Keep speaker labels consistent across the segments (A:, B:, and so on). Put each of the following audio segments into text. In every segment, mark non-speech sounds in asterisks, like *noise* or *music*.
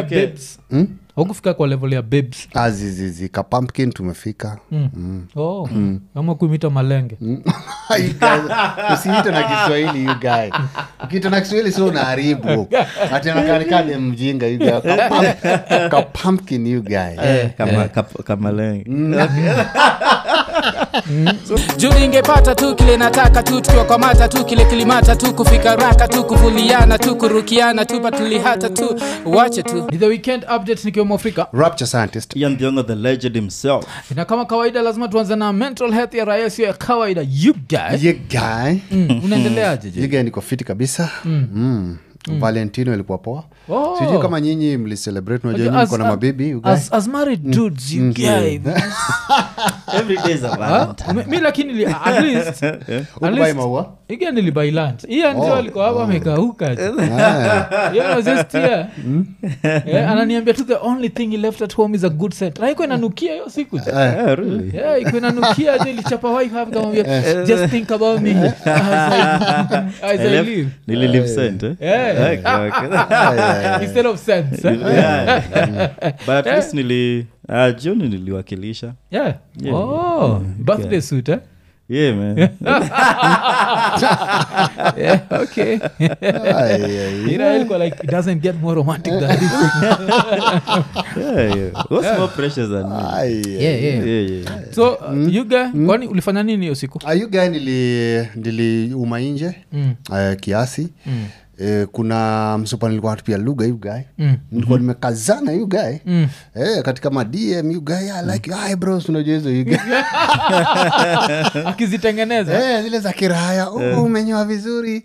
A: Okay.
B: babes
C: Mm?
B: wakufika kwa level ya babes
C: Ah, zizi, zika pumpkin tumefika
B: mm. Oh.
C: Mm.
B: ama kuimita malenge
C: You guys, usiite na kiswahili you guy ukiita na kiswahili sio unaharibu atinakanikane mjinga you guy. Ka pump- ka pumpkin you guy
B: Eh.
A: kama kap- kama lengi
D: juu ningepata tu kile nataka tu tukiwakwamata tu kile kilimata tu kufika raka tu kuvuliana tu kurukiana tu patulihata tu wache tu
B: ni the weekend update nikiwa mwafrika
C: rapture scientist
A: ian thiongo the legend himself
B: na kama kawaida lazima tuanze na mental health ya raia sio ya kawaida you guys
C: you guy
B: mm. unaendeleaje
C: you
B: je
C: guy niko fiti kabisa Mm. valentino ilikuwa poa
B: Oh.
C: sijui kama nyinyi mlicelebrate unajua nyinyi mko na mabibi you guy.
B: as, as married
C: Mm.
B: dudes you guy
A: every day is a
B: Ah,
A: *laughs* valentine
B: ume- mi lakini li- at least
A: Eh,
C: Hukubai
B: at least- *laughs*
C: maua
B: Again, nilibailand iya ndio
C: Oh.
B: alikuwa hapa amekauka
C: *laughs*
B: tu.
C: Ah,
B: Yeah, I was just here.
C: Mm.
B: Yeah, ananiambia tu the only thing he left at home is a good set raiko inanukia hiyo siku tu.
C: Eh.
A: yeah, Eh, really *laughs*
B: Yeah, iko inanukia je lichapa wife hapa
C: Eh.
B: kamwambia just think about me as I, as
A: I
B: I
A: left-
B: live
A: nili leave scent, eh?
B: Yeah. Ah,
A: Okay, *laughs* okay.
B: instead of sense eh?
A: Yeah. but at least nili ah, jioni niliwakilisha
B: yeah.
A: Yeah.
B: Oh, birthday suit eh?
A: yeah
B: *laughs*
A: man
B: yeah,
C: *laughs*
B: okay *laughs*
C: ay, ay.
B: You know, ilikuwa like it doesn't get more romantic than this
A: yeah, yeah. what's more precious than me?
C: Ay,
B: yeah, yeah.
A: yeah, yeah.
B: so uh,
C: Hmm?
B: you guy kwani ulifanya nini hiyo
C: *laughs*
B: siku
C: Ah, you guy nili niliuma nje
B: Mm.
C: eh, kiasi mm. Eh, kuna msupa nilikuwa natupia lugha you guy
B: Mm.
C: nilikuwa nimekazana you guy
B: Mm.
C: eh, katika madm you guy I like you Hi, bros unajua hizo you guy
B: *laughs* akizitengeneza
C: *laughs* eh, zile za kiraya oh, umenyoa vizuri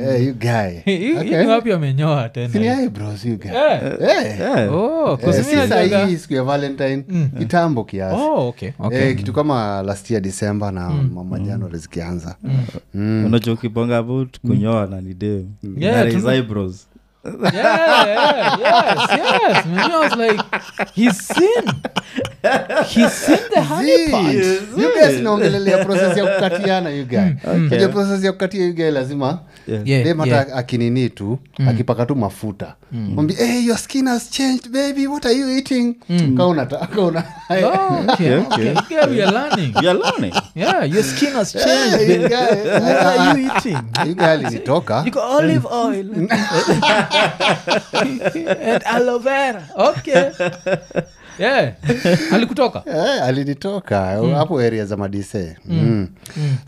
C: eh, *laughs* you guy
B: Hii- hii
C: Okay.
B: ni wapi amenyoa tena
C: Si ni hi, bros you guy
B: Eh.
C: Eh.
A: Yeah.
B: Oh,
C: Eh, si
B: kusimina
C: saa
B: daga-
C: hii siku ya valentine kitambo kiasi
B: Oh, okay, okay.
C: Eh, kitu kama last year december na mama januari zikianza
A: unajua ukibonga but kunyoa na ni dem
B: Yeah,
A: Na raise
B: tuna-
A: eyebrows
B: Yeah, yeah, yes, yes. Maybe I was like, he's seen. He's seen the honey part.
C: naongelelea proses ya kukatiana
B: *laughs*
C: ugae proses ya kukatia ugae lazima
A: Yeah.
B: Yeah,
C: dem hata
B: yeah. Mm.
C: akinini tu akipaka tu mafuta mwambi hey, your skin has changed baby what are you eating kaunata *laughs* kauna
B: Mm. Oh, okay, okay. *laughs* Yeah, we are learning.
A: We are learning.
B: Yeah, your skin has changed,
C: Hey,
B: baby.
C: guy.
B: What are you eating?
C: ugae
B: *laughs*
C: alinitoka
B: You got olive oil and aloe vera. Okay. Yeah. Alikutoka.
C: Eh, alinitoka
B: Mm.
C: hapo area za madise Mm.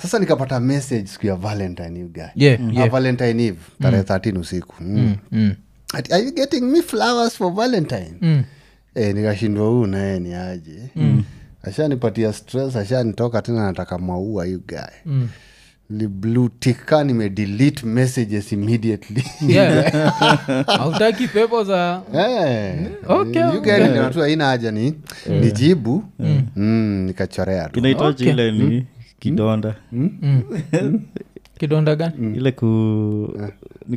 C: sasa nikapata message siku ya valentine ugae
B: Yeah, yeah.
C: valentine eve tarehe 13 usiku Mm. Ati, are you getting me flowers for valentine
B: Mm.
C: e, nikashindwa huu naye ni aje mm. ashanipatia stress ashanitoka tena nataka maua you guy mm. liblutika nimedelete messages immediately
B: Yeah. Hautaki pepo za
C: Eh,
B: Okay,
C: you guy ndio watu haina haja ni nijibu mm. nikachorea tu
A: inaitaji
B: Okay.
A: ile ni kidonda
B: mm. *laughs* kidonda gani?
A: ile ku ni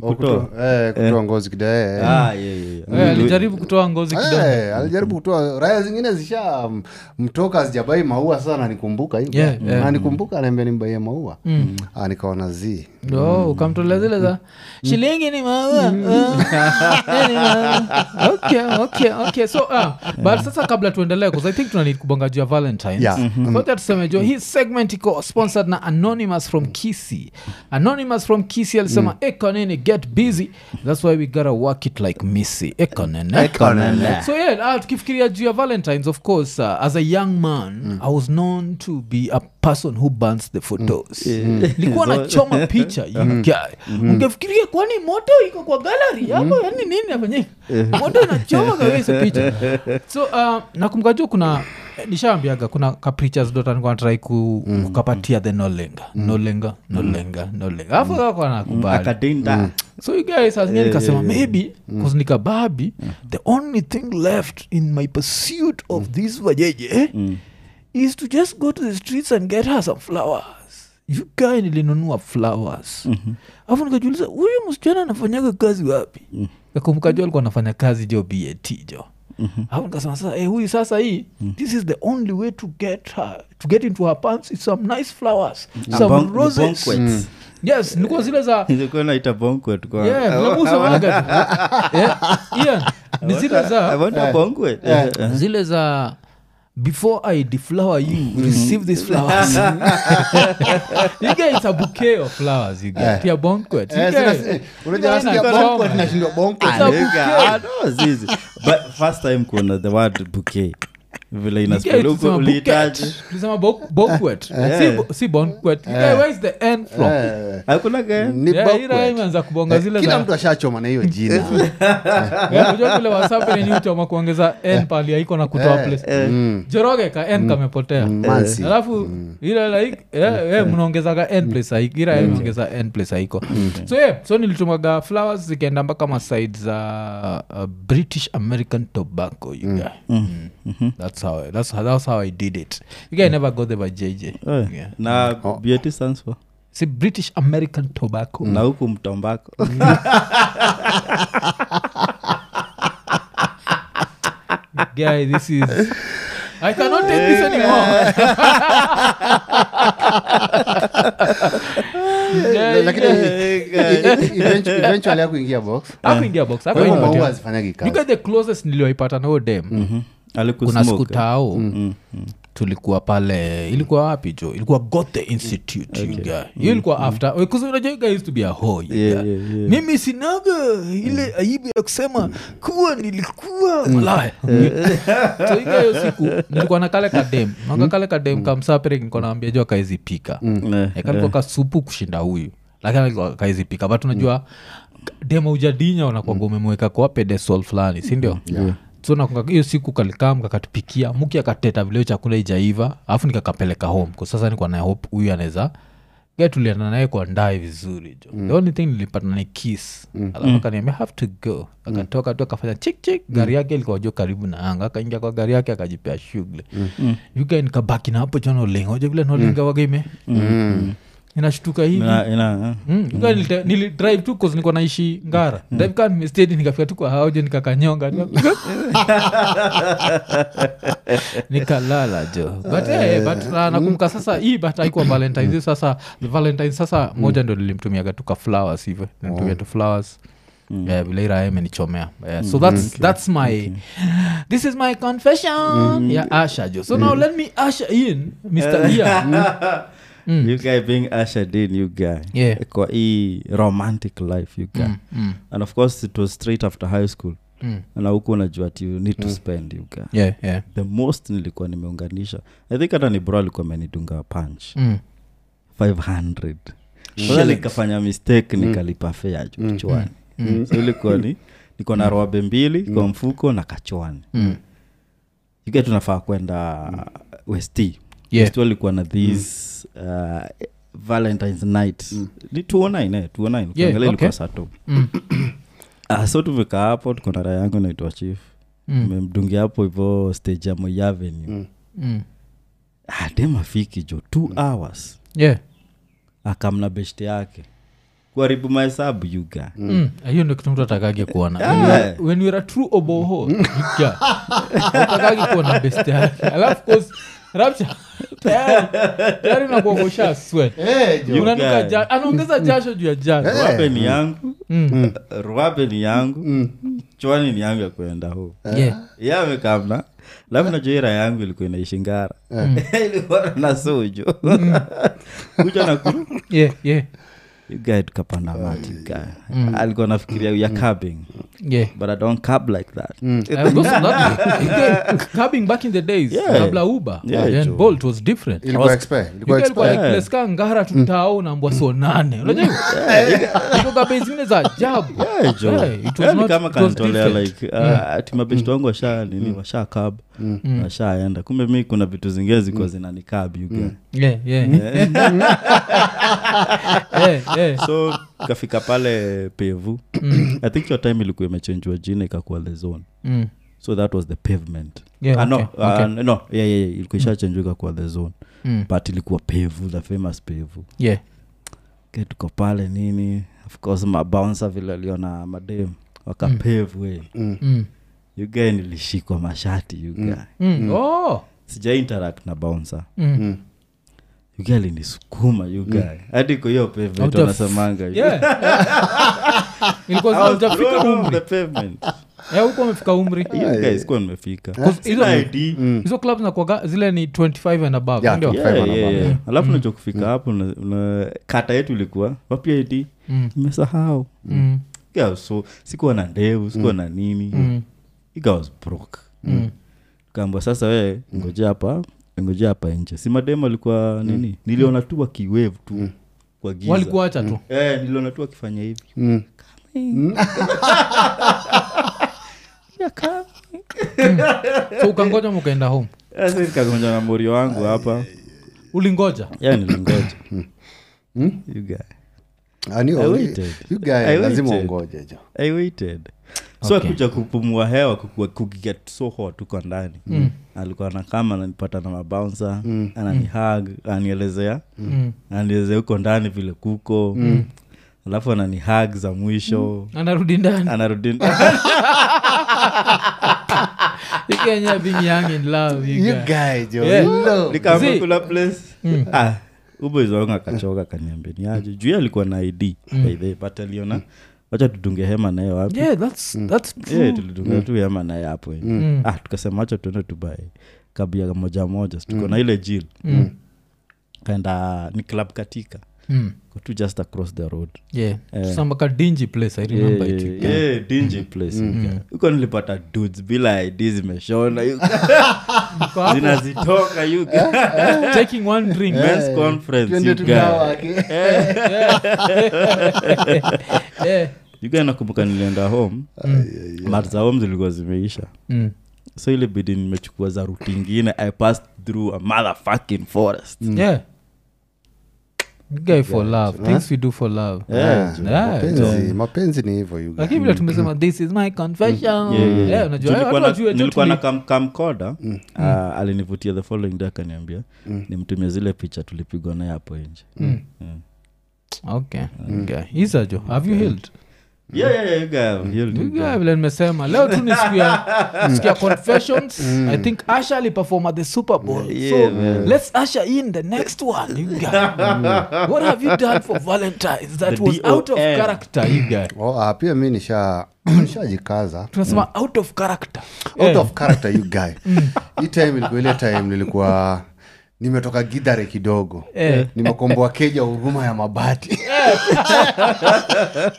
C: Oh,
A: Eh, kutoa
C: kutoa- eh, kutoa ngozi kidae
A: Ah, yeah, yeah, yeah.
B: Eh, Alijaribu kutoa ngozi kidonda.
C: Hey, Eh, alijaribu kutoa raya zingine zisha m- mtoka hazijabai maua sasa Mm, nanikumbuka hivo
B: Yeah, yeah.
C: nanikumbuka anaambia nimbaie maua mm. nikaona zii
B: ndo ukamtolea zile za shilingi ni maua Ah, eh, ni maua. Okay, okay, okay. so ah, but sasa kabla tuendelee 'cause i think tunanid kubonga juu ya valentines
C: Yeah.
B: kwanza tuseme jo hii segment iko sponsored na anonymous from kisi anonymous from kisi alisema ekonene get busy thats why we gotta work it like missy Eh,
A: Eh,
B: ekonene
C: Ekonene.
B: so yeah, ah, tukifikiria juu ya valentines of course uh, as a young man i was known to be a person who burns the photos likuwa
A: So-
B: nachoma picha you guy ungefikiria kwani moto iko kwa gallery yako yani nini nafanyika moto inachoma kabisa picha so uh, nakumbuka juu kuna eh, nishaambiaga kuna kaprichasdotanatrai ku, kukapatia the nolenga nolenga nolenga nolenga afu kako anakubali
A: akadinda
B: so you guys as yeah, nikasema yeah, Mm. yeah. maybe because nikababi the only thing left in my pursuit of this vajeje eh, is to just go to the streets and get her some flowers you guy nilinunua flowers afu nikajiuliza huyu msichana anafanyaga kazi wapi kakumbuka jo alikuwa anafanya kazi jo bat jo afu nikasema sasa eh, huyu sasa hii this is the only way to get her to get into her pants is some nice flowers some
A: Bonk-
B: roses
A: bonquets.
B: yes nilikuwa zile za
A: Eh, Nilikuwa naita bonquet kwa
C: *laughs*
B: Yeah, vile Musa waga tu. Yeah, Ian, Eh, ni ah. zile
A: I
B: za
A: want a pongwe. Eh, eh.
B: zile za before i deflower
C: *laughs*
B: you receive these flowers you guys it's a bouquet of flowers you guys yeah. banquet you
C: Eh,
B: guys-
C: sina- eh,
B: you guys
C: unajua nasikia
B: inachoma.
C: bonko, tunashindwa bonko.
B: Ah, It's a
A: Nigga,
B: bouquet.
A: ah, no, zizi. but first time kuna the word bouquet vile
B: You guys
A: inaspeluko
B: tunasema
A: ulihitaji
B: bouquet. Tunasema bo- banquet. Si bo- si banquet. You guys, where's the end from?
C: Eh,
A: akunaga
C: ni
B: Yeah,
C: bonko.
B: hii rhyme imeanza kubonga zile
C: kila
B: za-
C: mtu ashachoma
B: *laughs*
C: na hiyo jina
B: Yeah, Eh, unajua vile wasafi ni nyuti ama kuongeza n pali haiko na kutoa place. Joroge ka n kamepotea
C: Mansi.
B: alafu ile like eh, eh, mnaongezaga n place haiko ila yeye mnaongeza n place haiko so yeah, so nilitumaga flowers zikaenda mpaka maside za uh, british american tobacco you guy. Mm. That's how I- that's how- that's how i did it you guy never got the jj yeah.
A: Eh, na beauty stands for
B: si british american tobacco
A: na huku mtombako
B: Mm-hmm. guy this is i cannot take this anymore Yeah,
C: Eh, lakini
B: yeah.
C: eventu- eventually hakuingia box
B: Hakuingia box,
C: kwa hivyo
B: hakuingia
C: maua
B: box.
C: hazifanyagi
B: You
C: kazi
B: got the closest niliyoipata nao dem
A: Mm-hmm. Mhm.
B: kuna siku
A: eh?
B: tao tulikuwa pale ilikuwa wapi jo ilikuwa gothe institute you guy. hiyo ilikuwa after because unajua you guys used to be a hoe, you
A: Mm-hmm. Yeah,
B: guy.
A: yeah, yeah.
B: mimi sinaga ile aibu ya kusema kuwa nilikuwa malaya so hiyo hiyo siku nilikuwa na kale kadem naga kale kadem kamsapere nilikuwa naambia jua Eh, kaezipika kalikuwa kasupu kushinda huyu lakini alikuwa kaizipika but unajua dema ujadinya unakwanga umemweka kwa pedesol fulani sindio so nakwanga hiyo siku kalikaa mkakatupikia muki akateta vileo chakula ijaiva alafu nikakapeleka home kwa sasa nikuwa naye hope huyu anaweza Guy tulienda naye kwa ndae vizuri jo the only thing nilipata ni kiss alafu akaniambia have to go akatoka tu akafanya chik chik gari yake ilikuwa jo karibu na anga akaingia kwa gari yake akajipea shughuli yuga nikabaki na hapo jo nolengoja vile nolenga wagaime inashtuka hivi
A: eh.
B: Mm, yuga nilite- nilidrive tu cause nilikuwa naishi ngara drive kaa nimestedi nikafika tu kwa haojo nikakanyonga *laughs* nikalala jo but, eh, but na- nakumbuka sasa hii but *coughs* haikuwa valentine Hii sasa valentine sasa moja ndo nilimtumiaga tuka flowers hivyo nilimtumia tu flowers Eh, vile iraha imenichomea Eh, so that's, that's my this is my confession ya asha jo so now let me asha in mr Lia. *laughs*
A: you guy being ushered in you guy
B: Mm. Yeah. Mm,
A: kwa hii romantic life you guy and of course it was straight after high school na huku unajua ti you need to spend you guy
B: yeah, yeah.
A: the most nilikuwa nimeunganisha i think hata ni bro alikuwa amenidunga punch
B: Mm.
A: 500 Sasa nikafanya mistake nikalipa fea ju kichwani so ilikuwa ni niko na roabe mbili kwa mfuko na kachuani mm. tunafaa kwenda west
B: Yeah.
A: west alikuwa na this uh, valentines night ni 209 eh, 209 ukiangalia
B: okay. Mm.
A: ilikuwa saa tu *clears throat* Ah, so tumekaa hapo tuko na raha yangu naitwa chief memdungia hapo hivo stage ya Moi Avenue
B: Mm.
A: Ah, dem afiki jo two hours
B: yeah
A: akamna beshte yake kuharibu mahesabu yuga
B: Mm, hiyo ndo kitu mtu atakage kuona
A: Yeah.
B: When you are a true oboho yeah. atakage kuona best yake alafu cause rapture tayari tayari nakuogosha sweat
C: Eh, jo.
B: unanuka
A: guy.
B: ja- anaongeza jasho juu ya jasho
A: ruabe ni yangu ruabe ni yangu chwani ni yangu ya kuenda huu
B: Yeah.
A: ye amekamna lafu najoira yangu ilikuwa inaishingara *laughs* ilikuwa na sojo kucha nakuru
B: Yeah, yeah,
A: yugae tukapanda mati yugae alikuwa nafikiria ya cabing
B: yeah.
A: but i don't cab like that
B: Uh, those are not- Yeah, coming back in the days
A: Yeah.
B: kabla uber
A: Yeah,
B: and
A: Joe.
B: bolt was different
C: ilikuwa expect, ilikuwa expect.
A: expect.
B: ilikuwaileskaa ngara tutao nambwa sonane unajuaikogabe zingine za ajabu
A: Eh, jo.
B: Yeah, Ah, it was
A: Yaani
B: not-
A: kama
B: it was
A: kanitolea
B: different. Mm.
A: like timabeshti wangu washa nini washa kab washaenda kumbe mi kuna vitu zingine
B: Mm.
A: zikuwa zinanikab you get.
B: Yeah, yeah.
A: Hmm?
B: *laughs* Yeah, yeah.
A: so kafika pale pevu i think your time ilikuwa imechenjwa jina ikakuwa the zone
B: Mm.
A: so that was the pavement
B: Yeah,
A: Ah, no,
B: okay,
A: ah,
B: okay.
A: no yeah, yeah, yeah, ilikuwa ishachenjwa ikakuwa the zone
B: Mm.
A: but ilikuwa pevu the famous pevu
B: Yeah.
A: Ke tuko pale nini of course mabounsa vile aliona madem wakapevu mm.
B: Mm.
A: yugae nilishikwa mashati yugae
B: Mm. Oh.
A: sija interact na bouncer
B: Mm.
A: yugae alinisukuma yugae hadi kwa hiyo pavement
B: Out
A: *laughs*
B: of-
A: wanasemanga
B: Yeah. Ilikuwa
A: I was
B: zinajafika
A: thrown off
B: umri. *laughs*
A: the pavement.
B: Eh, huko amefika umri
A: You guys, kuwa nimefika.
B: Cause hizo-
A: Sina ID.
B: hizo clubs nakwaga zile ni 25 and above
C: Yeah,
B: ndio?
C: yeah.
A: Hmm. Yeah,
C: Five and
A: yeah,
C: above.
B: Mm.
A: yeah. alafu nacho kufika hapo una- una- kata yetu ilikuwa wapi ID? nimesahau
B: Mm,
A: Yeah, so sikuwa na ndevu sikuwa na nini
B: mm,
A: Ika was broke
B: mm.
A: kaambwa sasa we ngoja hapa ngoja hapa nje si mademu
B: Mm.
A: alikuwa nini niliona tu wakiwave tu kwa giza
B: walikuacha tu
A: eh, niliona tu wakifanya hivi
C: Mm.
A: Hmm.
B: so ukangoja mukaenda home
A: Eh, Sasa nikagonja na morio wangu hapa
B: ulingoja
A: ya nilingoja
B: Mm.
A: You guy.
C: Ah, ni
A: I
C: only-
A: waited.
C: you guy,
A: I
C: lazima
A: waited.
C: ungoje jo
A: I waited so
B: Okay.
A: akuja kupumua hewa kuku- kukiget so hot uko ndani mm. alikuwa nakama ananipata na mabaunsa mm. ananihag anielezea
B: Mm.
A: anielezea huko ndani vile kuko mm. alafu ananihag za mwisho
B: anarudi
A: *laughs*
B: ndani
A: anarudi
B: You Kenya being young in love, you
C: You
B: guys.
C: guy, jo
B: Yeah.
C: Hello.
A: nikaambia
B: Zii.
A: kula place ah, uboys wangu akachoka kaniambia ni aje juu yeye alikuwa na id by the way, but aliona wacha tudunge hema naye wapi
B: Yeah, that's-
A: Hmm.
B: that's true.
A: yeah, tulidunga Eh, tu hema naye hapo hivi. ah, tukasema wacha tuende tubae kabia moja moja Si tuko na ile jil kaenda ni club katika
B: Mm,
A: Iko tu just across the road
B: yeah. Some kind of dingy place, I remember it, you guys.
A: Yeah, eh, dingy place huko nilipata dudes bila id zimeshona you- zinazitoka you-
B: Eh,
A: *laughs*
B: Taking one drink.
A: Men's conference,
C: Twende
A: you guy.
C: tunawake.
B: Yeah.
A: You guy nakumbuka nilienda home mat za home zilikuwa zimeisha
B: Mm.
A: so ile bidi nimechukua za ruti ingine i passed through a motherfucking forest
B: Yeah. You guys for love. Things we do for love.
C: Ah,
B: Yeah,
C: mapenzi mapenzi ni hivyo you guy.
B: lakini vile tumesema this is my confession Yeah, unajua,
A: Juu
B: eh,
A: nilikuwa
B: watu
A: na-
B: wajue, tu
A: nilikuwa na
B: tuli-
A: kam- kamkoda ah,
B: Mm.
A: alinivutia the following day akaniambia nimtumie zile picha tulipigwa naye hapo nje
B: Mm. Okay, okay. Isa jo, have you healed?
A: Yeah, yeah, yeah, you guy, you
B: You
A: guy.
B: guy, vile nimesema leo tu ni siku ya siku ya confessions i think asha aliperform at the super bowl so
A: Yeah, man.
B: let's usher in the next one you *laughs* guy. what have you done for valentines that
A: The
B: was out of
A: DOM.
B: character you guy
C: Oh, ah, pia mi nisha- *clears throat* nishajikaza
B: tunasema out of character Eh,
C: out of character you guy
B: *laughs* Mm.
C: hii time ilikuwa ile time nilikuwa nimetoka gidhare kidogo
B: Eh.
C: nimekomboa keja huruma
B: *laughs*
C: ya mabati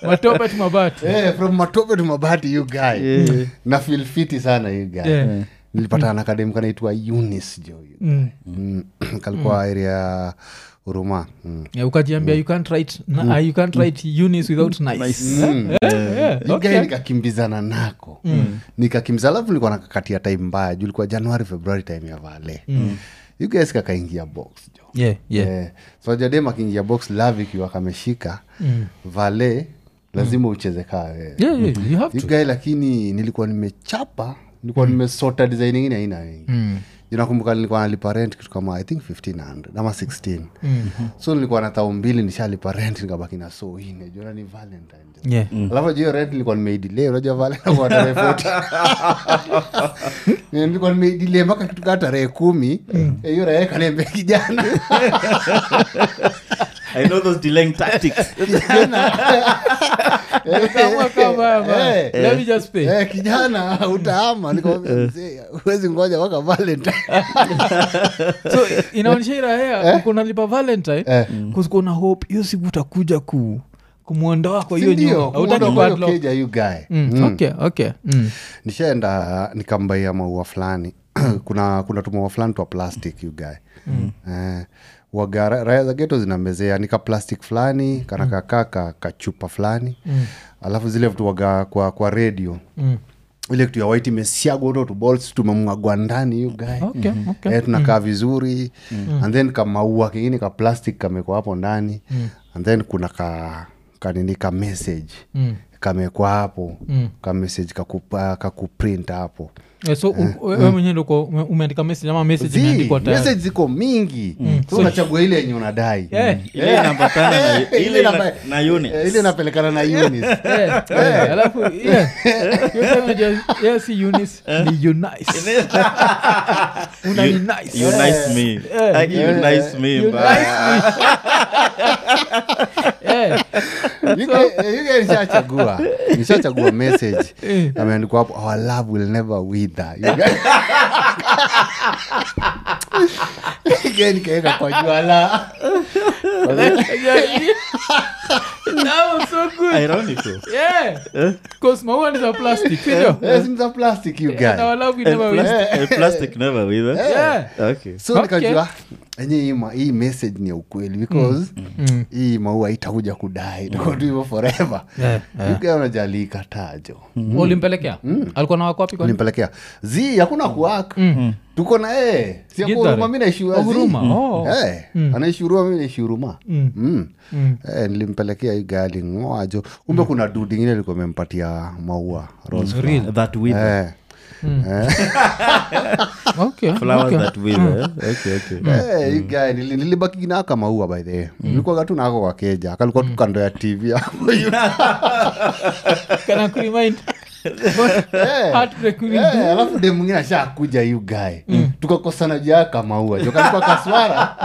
B: matope tu mabati
C: Eh, from matope to mabati you guy na feel fiti sana you guy
B: Yeah.
C: nilipatana na kadem kanaitwa unis jo you guy.
B: Mm.
C: Mm, *clears throat* kalikuwa area ya huruma Mm. Mm.
B: Yeah, ukajiambia you can't write na, ah, you can't write unis without nice,
A: Mm.
B: Eh, *laughs* yeah,
C: You guy
B: okay. Mm.
C: nikakimbizana nako nikakimbiza alafu nilikuwa nakakatia time mbaya juu likuwa januari februari time ya vale You guys kakaingia box jo
B: Yeah, Mm. yeah.
C: Eh, so jadem akiingia box love ikiwa kameshika vale lazima ucheze kaa wewe
B: Yeah, yeah, Mm. you have to. Mm.
C: gae lakini nilikuwa nimechapa nilikuwa nimesota design ingine aina wengi Juu nakumbuka nilikuwa nalipa rent kitu kama i think 1500 ama 16
B: Mm.
C: so nilikuwa na tao mbili nishalipa rent nikabaki na so ine jona ni valentine *laughs*
B: Yeah.
C: alafu juu hiyo rent nilikuwa nimeidile unajua vale *laughs* kwa tarehe 40 nilikuwa nimeidile mpaka kitu kaa tarehe kumi
B: Mm.
C: Eh, hiyo raia kaniambia kijana
B: *laughs*
A: I know those delaying *laughs* tactics.
B: *laughs* Kama- kama hapa.
C: Eh,
B: Let me just pay.
C: Eh, kijana utaama nikamwambia mzee huwezi ngoja mpaka valentine
B: so inaonyesha irahea ukonalipa valentine
C: Eh.
B: kusikuna hope hiyo siku utakuja ku kumwondoa kwa Oh, hiyo
C: sindio
B: nyumba Hautaki bad luck.
C: keja you guy
B: Mm, okay, okay. Mm.
C: nishaenda nikambaia maua fulani *clears throat* kuna kuna tumaua fulani twa plastic you guy eh, waga ra- raya za geto zinamezea nika plastic fulani kana kakaa ka, kachupa fulani alafu zile vitu waga kwa, kwa radio
B: mm.
C: ile kitu ya white imesiagwa uto tubols tumemwagwa ndani you guy
B: Okay, Oh, okay.
C: eh, tunakaa vizuri and then kamaua kingine ka plastic kamekwa hapo ndani and then kuna ka kanini ka message
B: Mm.
C: kamekwa hapo ka message kakupa- kakuprint hapo
B: Eh, so u- wewe mwenyewe ndo uko- ume- umeandika message ama message
C: Zii,
B: imeandikwa tayari? Mm.
C: message ziko mingi so unachagua ile yenye unadai
B: Eh,
A: Ile inambatana na-
C: *laughs*
A: *laughs*
C: Eh,
A: ile
C: inapa-
A: na- na units.
C: eh,
A: *laughs*
C: ile inapelekana na
B: *laughs*
C: unis
B: eh, eh, alafu, yeah. Hiyo time unajua, yeah, si Eunice, ni Eunice. Una
A: You-
B: Eunice.
A: You nice me. Like, you nice me,
B: You
A: but-
B: nice me. Eh,
C: You guys- you guys
B: *laughs*
C: nishachagua nishachagua message
B: Eh.
C: ameandikwa hapo our love will never wither You
B: *laughs*
C: guys- You guys nikaeka kwa
B: *laughs*
C: jua la
B: That was so good.
A: ironical
B: Yeah. 'Cause maua ni za plastic, sindio?
C: Eh, simu za plastic you guys
B: And our love we
A: And
B: never waste.
A: Eh, plastic- and plastic never eh? wither.
B: Yeah.
A: Okay.
C: so
B: Okay.
C: nikajua enye hii, ma- hii message ni ya ukweli because
B: Mm.
C: hii maua itakuja kudai itakuwa tu hivyo forever
B: Yeah, yeah.
C: uga unajaliika tajo
B: ulimpelekea alikuwa na wakopi kwani?
C: nimpelekea zi hakuna kuwak
B: Mm.
C: tuko na ee
B: Githare.
C: siakuruma mi naishua
B: Oh, huruma, oh.
C: Eh. anaishurua mi naishuruma
B: Mm.
C: Mm.
B: Mm.
C: Eh, nilimpelekea hii gali ng'oajo kumbe kuna dudi ingine likuwa mempatia maua
B: Mm.
C: rose flower.
B: Really?
A: That wither.
C: Eh.
B: Okay,
A: Flowers
B: okay.
A: that wither,
C: *laughs*
A: eh? Okay, okay.
B: Mm.
C: Hey, you guy, nili- nilibaki naaka maua by the way nilikuwaga tu naako kwa keja kalikuwa
B: Mm.
C: tu kando ya tv hapo hivi.
B: Can I remind?
C: Eh,
B: Heartbreak will
C: eh,
B: do.
C: alafu de mwingine ashakuja you guy
B: Mm.
C: tukakosana jaaka maua jo kalikuwa
B: *laughs*
C: kaswara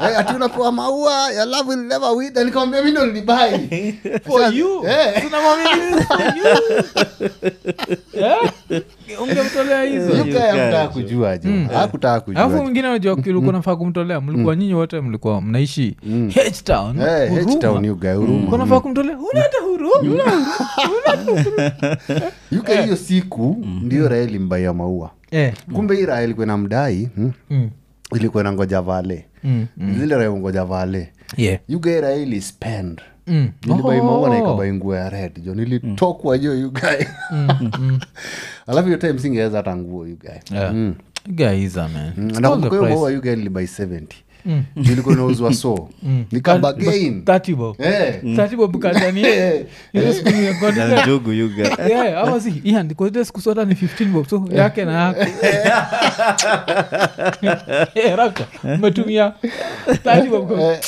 C: Eh, ati unapewa maua ya love will never wither nikamwambia mi ndo nilibai
B: *laughs* For you.
C: Eh.
B: Tunamwambia this is for you. Yeah? Ungemtolea hizo.
C: You guy
A: guy,
C: hakutaka
A: jo.
C: kujua jo hakutaka
B: Mm.
C: kujua Eh,
B: alafu
C: jo.
B: mwingine
C: *laughs*
B: najua kilikuwa nafaa kumtolea mlikuwa nyinyi wote mlikuwa mnaishi H-town,
C: Mm. Eh,
B: huruma.
C: H-Town, Mm. you guy, huruma.
B: Ulikuwa nafaa kumtolea huna hata huruma huna huruma.
C: You guy, hiyo siku
B: Mm.
C: ndio raha ilimbaia maua
B: Eh,
C: kumbe hii raha ilikuwa inamdai mm,
B: mm,
C: ilikuwa inangoja vale
B: mm,
C: zile raha ngoja vale
B: yeah.
C: ugaira ili spend
B: Mm.
C: nilibai maua na
B: Oh.
C: ikabai nguo ya red jo nilitokwa jo ugae
B: Mm-hmm.
C: *laughs* alafu hiyo time singeweza hata nguo ugae
B: Yeah.
C: Mm.
B: You guys are, man. All the
C: nakumbuka Mm. hiyo
B: price. Mm.
C: maua ugae nilibai 70 ilikuwa inauzwa so Eh. nikabagain
B: Thirty bob. Thirty bob
C: *laughs*
B: Tanzania.
C: Eh.
B: Ile siku
A: Na
B: nimekodisha-
A: njugu, *laughs* you guy.
B: Yeah, ama si, yeah, nilikuwa ile siku soda ni 15 bob, so yake na yako. Eh, Raptor, umetumia 30 bob kwa-
C: Eh,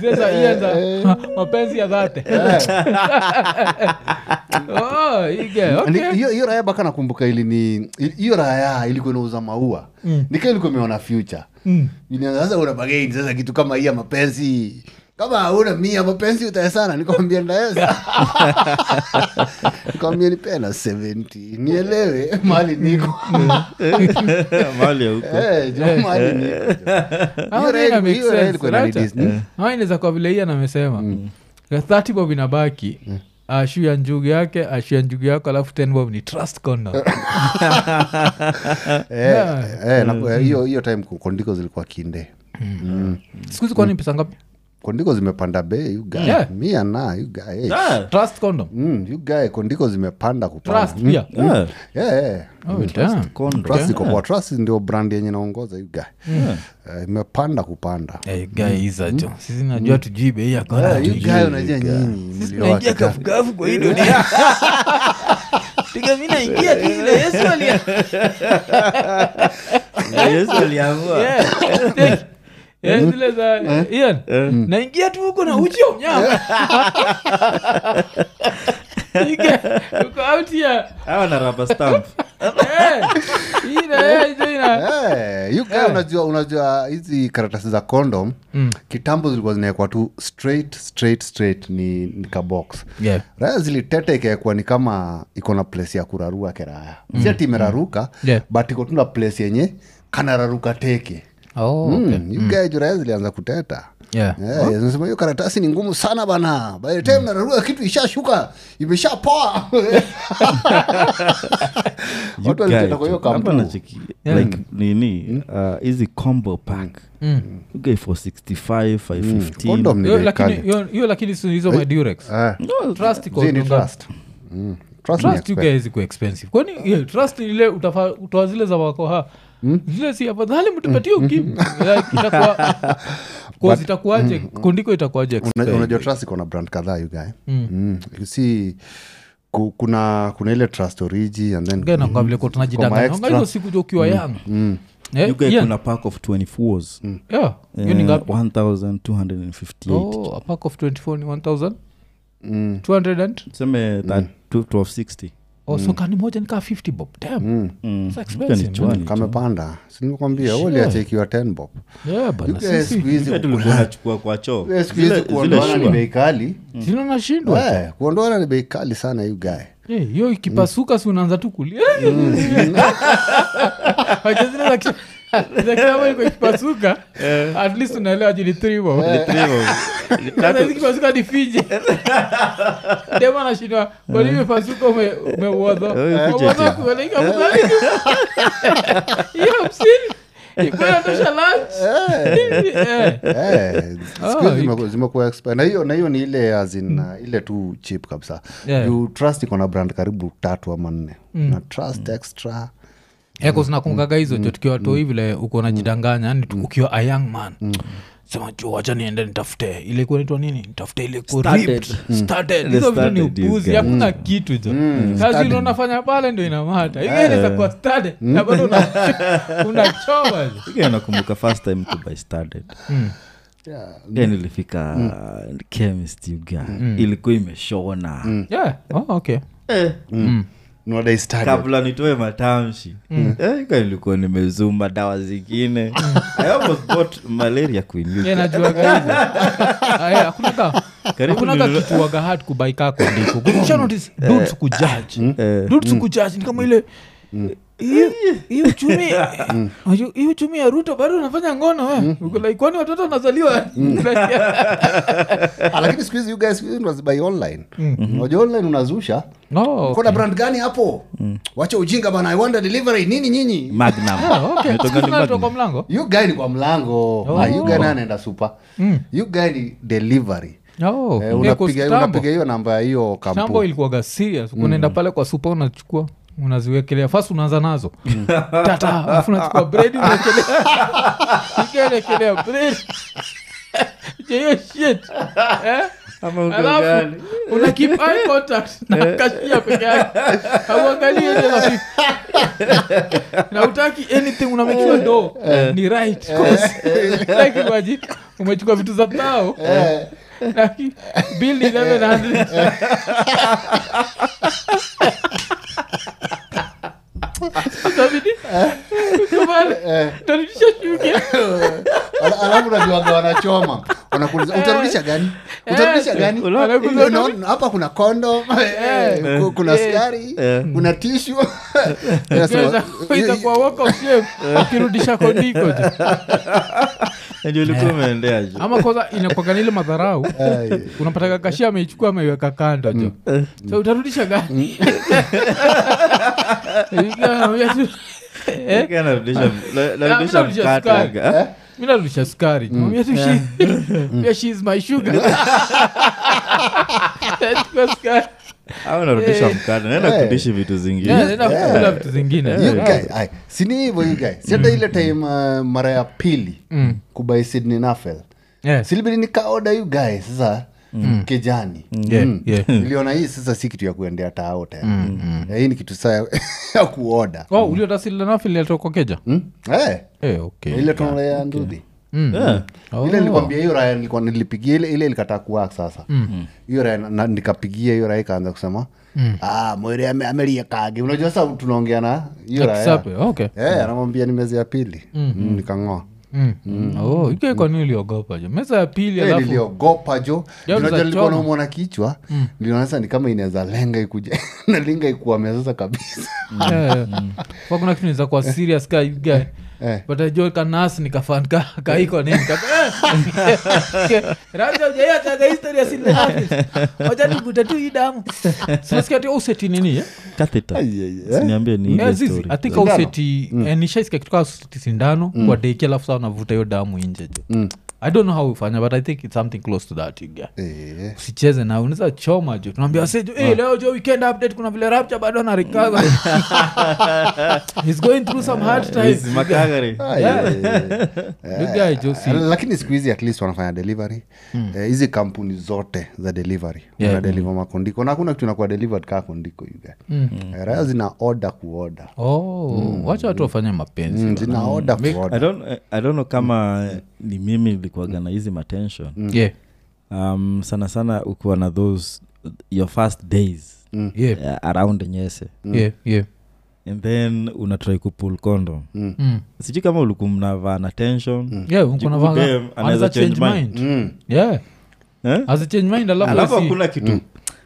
B: Zile za- ile
C: Eh,
B: za- ma- mapenzi ya dhati. Oh, you guy, okay.
C: hiyo raya baka nakumbuka ilini hiyo raya ilikuwa inauza maua
B: Mm.
C: nika ilikuwa imeona future Ina- sasa una bagain sasa kitu kama hii ya mapenzi kama hauna mia mapenzi utaesana nikawambia
B: *laughs*
C: ndaweza nikawambia nipena 70 nielewe mali
B: *laughs*
C: niko
B: Mm.
A: Mahali ya huko.
C: Eh, jo, mahali
B: *laughs*
C: niko, jo.
B: Ama
C: Hiyo
B: hii ina
C: raha
B: make
C: ilikuwa- hiyo raha
B: sense,
C: ilikuwa Mm. ina
B: right?
C: reduce, mm.
B: ama inaweza kwa vile ian amesema Ya 30 bob inabaki
C: Mm.
B: ashu ya njugu yake ashu ya njugu yako alafu 10 bob ni trust condom.
C: Eh,
B: Yeah. Mm.
C: eh, na- eh, hiyo hiyo time kondiko zilikuwa kinde Hmm.
B: siku hizi kwani pesa ngapi
C: kondiko zimepanda bei ugae
B: Yeah.
C: mia na ugae
A: Ah,
B: trust condom
C: mm, you guy kondiko zimepanda
B: trust
C: kupanda Mm.
B: pia
A: ah,
C: Yeah, yeah.
B: Oh, damn.
A: condom.
C: Trust iko poa. Trust ndio brand yenye naongoza hiyo guy. Eh, imepanda kupanda
B: Eh, guy is a jo. sisi najua tujui bei ya condom.
C: Eh, hiyo guy unajua nyinyi mlioa
B: Tunaingia
C: kika-
B: kafukafu kwa hii dunia Tiga mi naingia tu vile Yesu alia-
A: Yesu aliamua.
B: *laughs* Yeah. *laughs* Take. Eh, zile za Ian,
C: Eh?
B: naingia tu huko na uchi wa *laughs* mnyama Iga, uko out here.
A: Hawa Ah, na rubber stamp.
B: Eh, hii na yeye, hizo ina-
C: Eh, hiyo guy unajua unajua hizi karatasi za condom kitambo zilikuwa zinaekwa tu straight straight straight ni, ni kabox
B: Yeah.
C: raya zilitete ikaekwa ni kama iko na place ya kurarua keraya mm. siati imeraruka
B: Yeah.
C: but iko tu na place yenye kanararuka teke
B: Oh,
C: mm, you guys, raya zilianza kuteta
B: Hmm. Yeah.
C: Yeah, nasema hiyo karatasi ni ngumu sana bana by the time nararua kitu ishashuka imeshapoa
A: You
C: *laughs* watu
A: guy,
C: waliteta kwa hiyo
A: hapa
C: kampuni Hmm.
A: nacheki, like nini ah, hizi combo pack
B: Hmm.
A: You guy for 65 515.
C: Condom ni
B: Yo,
C: bei
B: lakini-
C: kali.
B: yo- yo, lakini si hizo madurex
C: Eh,
A: No,
B: trust iko
C: zii ni
B: dunga-
C: trust. Mm,
B: trust
C: trust ni
B: you
C: expensive.
B: guys iko expensive kwani yeah, trust ni ile utafa- utoa zile za wakoha zile si afadhali mtupatie ukimu Like, itakuwa- cause itakuwaje kundiko itakuwaje
C: Una-
B: expensive.
C: unajua trust iko na brand kadhaa yugae mm. si ku, kuna kuna ile trust origi and then
B: Guy, nakwambia vile kwa tunajidanganya.
C: Koma extra.
B: Unajua siku jo ukiwa young. Eh,
A: you guy
B: yeah,
A: kuna pack of 24s
B: yeah.
A: eh,
B: Hiyo ni ngapi?
A: 1258
B: Oh, a pack of 24 ni 1000? 200 and-
C: Mm.
A: tuseme that 1260
B: oh, so kani moja nikaa 50 bob Damn.
A: Hmm.
B: It's expensive,
A: Nichwani.
B: man.
C: kamepanda sinikwambia uliachekiwa ten bob
B: Yeah, bana,
C: Guys,
B: sisi-
C: siku hizi
A: Ile
C: kuna-
A: tulikuwa nachukua kwa choo
C: Guys, Eh, siku
A: Zile-
C: hizi
A: zile
C: kuondoana ni
A: sure.
C: bei kali
B: sina nashindwa
C: Eh, kuondoana ni bei kali sana hiyu gae
B: Eh, hiyo ikipasuka si unaanza tu kulia *laughs* Wajua zile za ki- za kitambo ilikuwa ikipasuka at least unaelewa jini
A: Eh.
B: *laughs*
A: Tatu-
B: ikipasuka ni fiji dema anashindwa kwani imepasuka ume- umeuodha
A: Eh,
B: Umeuodha
A: kuchetea.
B: kupeleka msalani. *laughs* Hiyo hamsini ilikuwa inatosha lunch. *laughs* Eh. *laughs*
C: Eh, siku
B: Ah, Hmm.
C: hizi zimeku- zimekuwa exp- na hiyo na hiyo ni ile as in, uh, ile tu chip kabisa
B: Yeah. Hmm.
C: juu trust iko na brand karibu tatu ama nne na trust extra
B: eko
A: Mm.
B: zinakumbukaga hizo jo tukiwa to hivi vile uko najidanganya yani ukiwa a young man
A: Mm.
B: sema jo wacha niende nitafute ile kuwa naitwa nini nitafute ile kuwa
A: Started.
B: ripped, started.
A: The
B: hizo vitu ni
A: started is Mm.
B: upuzi
A: there.
B: hakuna kitu jo kazi ilonafanya pale ndo inamata iizakuwa started na
A: *laughs*
B: bado una- *laughs* unachoma jo
A: Hiyo nakumbuka first time to buy started
B: Hmm.
A: Hiyo nilifika
C: Hmm.
A: uh, chemist you guy.
B: Hmm.
A: ilikuwa imeshona
B: yeah oh, okay
A: Eh,
C: Nwadai started.
A: kabla nitoe matamshi
B: Hmm.
A: Eh, ika ilikuwa nimezuma dawa zingine i almost got malaria Queen you
B: Yeah,
A: guy.
B: najuaga
C: *laughs*
B: hizo Aya, hakunaga-
A: Karibu
B: hakunaga
A: nililo-
B: kitu waga hard kubaika
C: *laughs*
B: kwandiko
C: Eh, mm.
B: kujaji ni kama ile hiyo- hiyo uchumi
C: *laughs* Mm.
B: Unajua, hiyo uchumi ya ruto bado unafanya ngono we Uko like, kwani watoto wanazaliwa
C: *laughs* Mm.
B: *laughs*
C: *laughs* Ah, lakini siku hizi you guys, siku hizi ndo wazibai online Mm-hmm. unajua online unazusha
B: No, Hmm. okay. Hmm.
C: kuna brand gani hapo wacha ujinga bana i want a delivery nini nyinyi
A: magnum
B: Ah, okay.
A: Imetoka
B: Siku
A: ni
B: natoka
A: magnum.
B: mlango
C: you guy ni kwa mlango
B: Oh.
C: Ah, you guy naye anaenda supa
B: Hmm.
C: you guy ni delivery
B: No.
C: Eh,
B: Eh, kwa
C: unapiga
B: kitambo.
C: unapiga hiyo namba ya hiyo
B: tambo
C: kampuni
B: ilikuwaga serious unaenda pale kwa supa unachukua unaziwekelea fast unaanza nazo *laughs* tata alafu unachukua bredi unaekelea ikaelekelea *laughs* bredi jeyo shit eh?
A: Ama uko
B: alafu
A: gani?
B: unakipa contact na kashia peke yake auangalie ile rafiki. na utaki anything unamekishwa do ni right *laughs* like imagine umechukua vitu za tao na ki- bill ni 1100 Itabidi, ukubali, utarudisha shuke.
C: Ala- alafu najuaga wanachoma wanakuuliza utarudisha gani utarudisha
B: Eh,
C: gani
B: ula-
C: You know, hapa kuna kondo
B: Eh.
C: kuna skari kuna tishu
B: *laughs* itakuwa walk of shame ukirudisha kondiko tu
A: Ndio ilikuwa imeendea juu.
B: Eh. ama kwanza inakwagana ile madharau unapataga kashia ameichukua ameiweka kando jo so utarudisha gani Anaambia tu, eh,
A: Ika narudisha- na-
B: ah, mi
A: narudisha
B: narudisha
A: mkate, Eh?
B: sukari.
A: aga.
C: eh?
B: mi narudisha sukari Namwambia tu, she- *laughs* pia she is my sugar *laughs* Nachukua sukari.
A: au narudisha
B: Eh.
A: mkate naenda
C: Eh.
A: kudishi vitu
B: Yeah,
A: zingine Eh.
B: naenda kukula vitu zingine
C: sini hivo yugae siata ile time uh, mara ya pili
B: Mm.
C: kubai sydney nafel
B: Yeah.
C: silibidi nikaoda yu gae sasa kejani
B: Mm. Yeah,
C: Mm.
B: yeah. Mm,
C: niliona hii sasa si kitu ya kuendea taote hii ni kitu saa ya *laughs* kuoda
B: Oh, uliotasililanafiliatoka keja
C: Mm? Eh,
B: Eh, okay.
C: ile tone ya ndudhi
B: Mm.
A: Yeah.
B: Oh.
C: ile nilikwambia hiyo raya nilikuwa nilipigia ile ile ilikataa kuwak sasa
B: Mm.
C: hiyo raya na- na- nikapigia hiyo raya ikaanza kusema
B: Mm.
C: "Ah, mwere ame- ameliekage unajua sasa tunaongea na hiyo
B: Next
C: raya
B: up, eh, okay.
C: Eh, anamwambia ni mezi ya pili Mm, nikang'oa
B: Mm. Oh, hiyo kwa nini uliogopa jo meza ya pili
C: Eh,
B: alafu
C: niliogopa jo
B: Leo
C: unajua
B: za
C: nilikuwa
B: choma.
C: naumwa na kichwa
B: Mm.
C: niliona sasa ni kama inaweza lenga ikuja *laughs* nalinga ikuamia sasa kabisa
B: Yeah. Mm. Kwa kuna kitu niza kwa serious ka you guy.
C: Eh.
B: But I jo kanas nikafan ka kaiko nini ka Eh.
C: *laughs*
B: Raja ujaya chaga history ya sile office. Wacha nikute tu hii damu. Sasa sikia ati useti nini eh?
A: Catheter. Usiniambie ni
B: Eh,
A: ile
B: zizi,
A: story.
B: I think useti
C: Mm.
B: eh, nishaisikia kitu kama useti sindano kwa deki alafu sasa unavuta hiyo damu nje. jo.
C: Mm.
B: I don't know how ufanya but I think it's something close to that you guy.
C: Eh,
B: usicheze na unaweza choma jo tunaambia wase jo hey, leo jo weekend update kuna vile rapture bado ana recover
A: *laughs*
B: he's going through some hard
A: Hizi
B: times
A: makagari.
B: *laughs* Eh. Look guy, jo, si-
C: Ah, lakini siku hizi at least wanafanya delivery Eh, hizi kampuni zote za delivery
B: Yeah.
C: yeah. unadeliver makondiko na hakuna kitu nakuwa delivered kaa kondiko yuga Eh, raya zina oda kuoda
B: oh
A: Mm.
B: wacha watu wafanye mapenzi
C: Mm, zina oda
A: I
C: kuoda
A: don't- eh, I don't know kama eh, ni mimi nilikuwaga na hizi matension
B: yeah
A: um, sana sana ukiwa na those your first days
B: yeah,
A: eh, around nyese
B: yeah, yeah.
A: and then unatrai kupul condom
B: Mm.
A: sijui kama ulikumnavaa na tension
B: Yeah, uko na
A: Jikupe,
B: vanga-
A: anaweza
B: anaweza
A: change
B: change
A: mind.
B: mind. Yeah.
A: eh?
B: As a change mind, alafu Mm.
A: alafu
B: asi-
A: hakuna kitu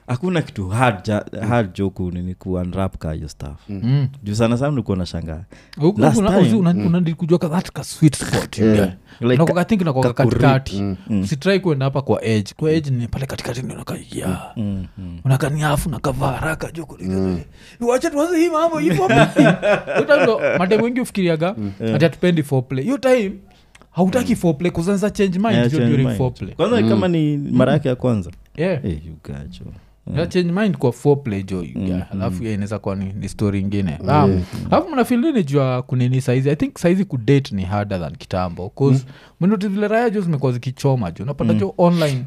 A: hakuna kitu hard, ja, hard joku nini kuunwrap ka hiyo staff
B: Mm.
A: juu sana sana nilikuwa nashangaa
B: Huku-
A: Last
B: huku na-
A: time- Mm.
B: usi- una- unadi kujua ka that ka sweet spot you get.
A: Like
B: Unakuwa-
A: ka-
B: I think unakuwa
A: ka kurip. Mm.
B: katikati usitrai kuenda hapa kwa edge kwa edge ni pale katikati ndio unaka ya
A: Mm.
B: unakaniafu nakavaa haraka juu kuliko- wacha tuanze hii mambo hii
A: *laughs*
B: mambo. Hiyo time ndo madem wengi ufikiriaga
A: Mm.
B: ati hatupendi foreplay hiyo time hautaki foreplay kuzanza change mind
A: Yeah,
B: hiyo
A: change
B: during
A: mind.
B: foreplay
A: kwanza kama ni
B: Mm.
A: mara yake ya kwanza
B: yeah
A: Eh, you gacho.
B: Yeah, Mm. change mind kwa foreplay jo you
A: Mm,
B: guy. alafu yeah, inaweza kuwa ni, ni story ingine Um, alafu mnafilini jua kunini saizi i think saizi kudate ni harder than kitambo bcause
A: Mm.
B: mnoti vile raya jo zimekuwa zikichoma jo napata jo online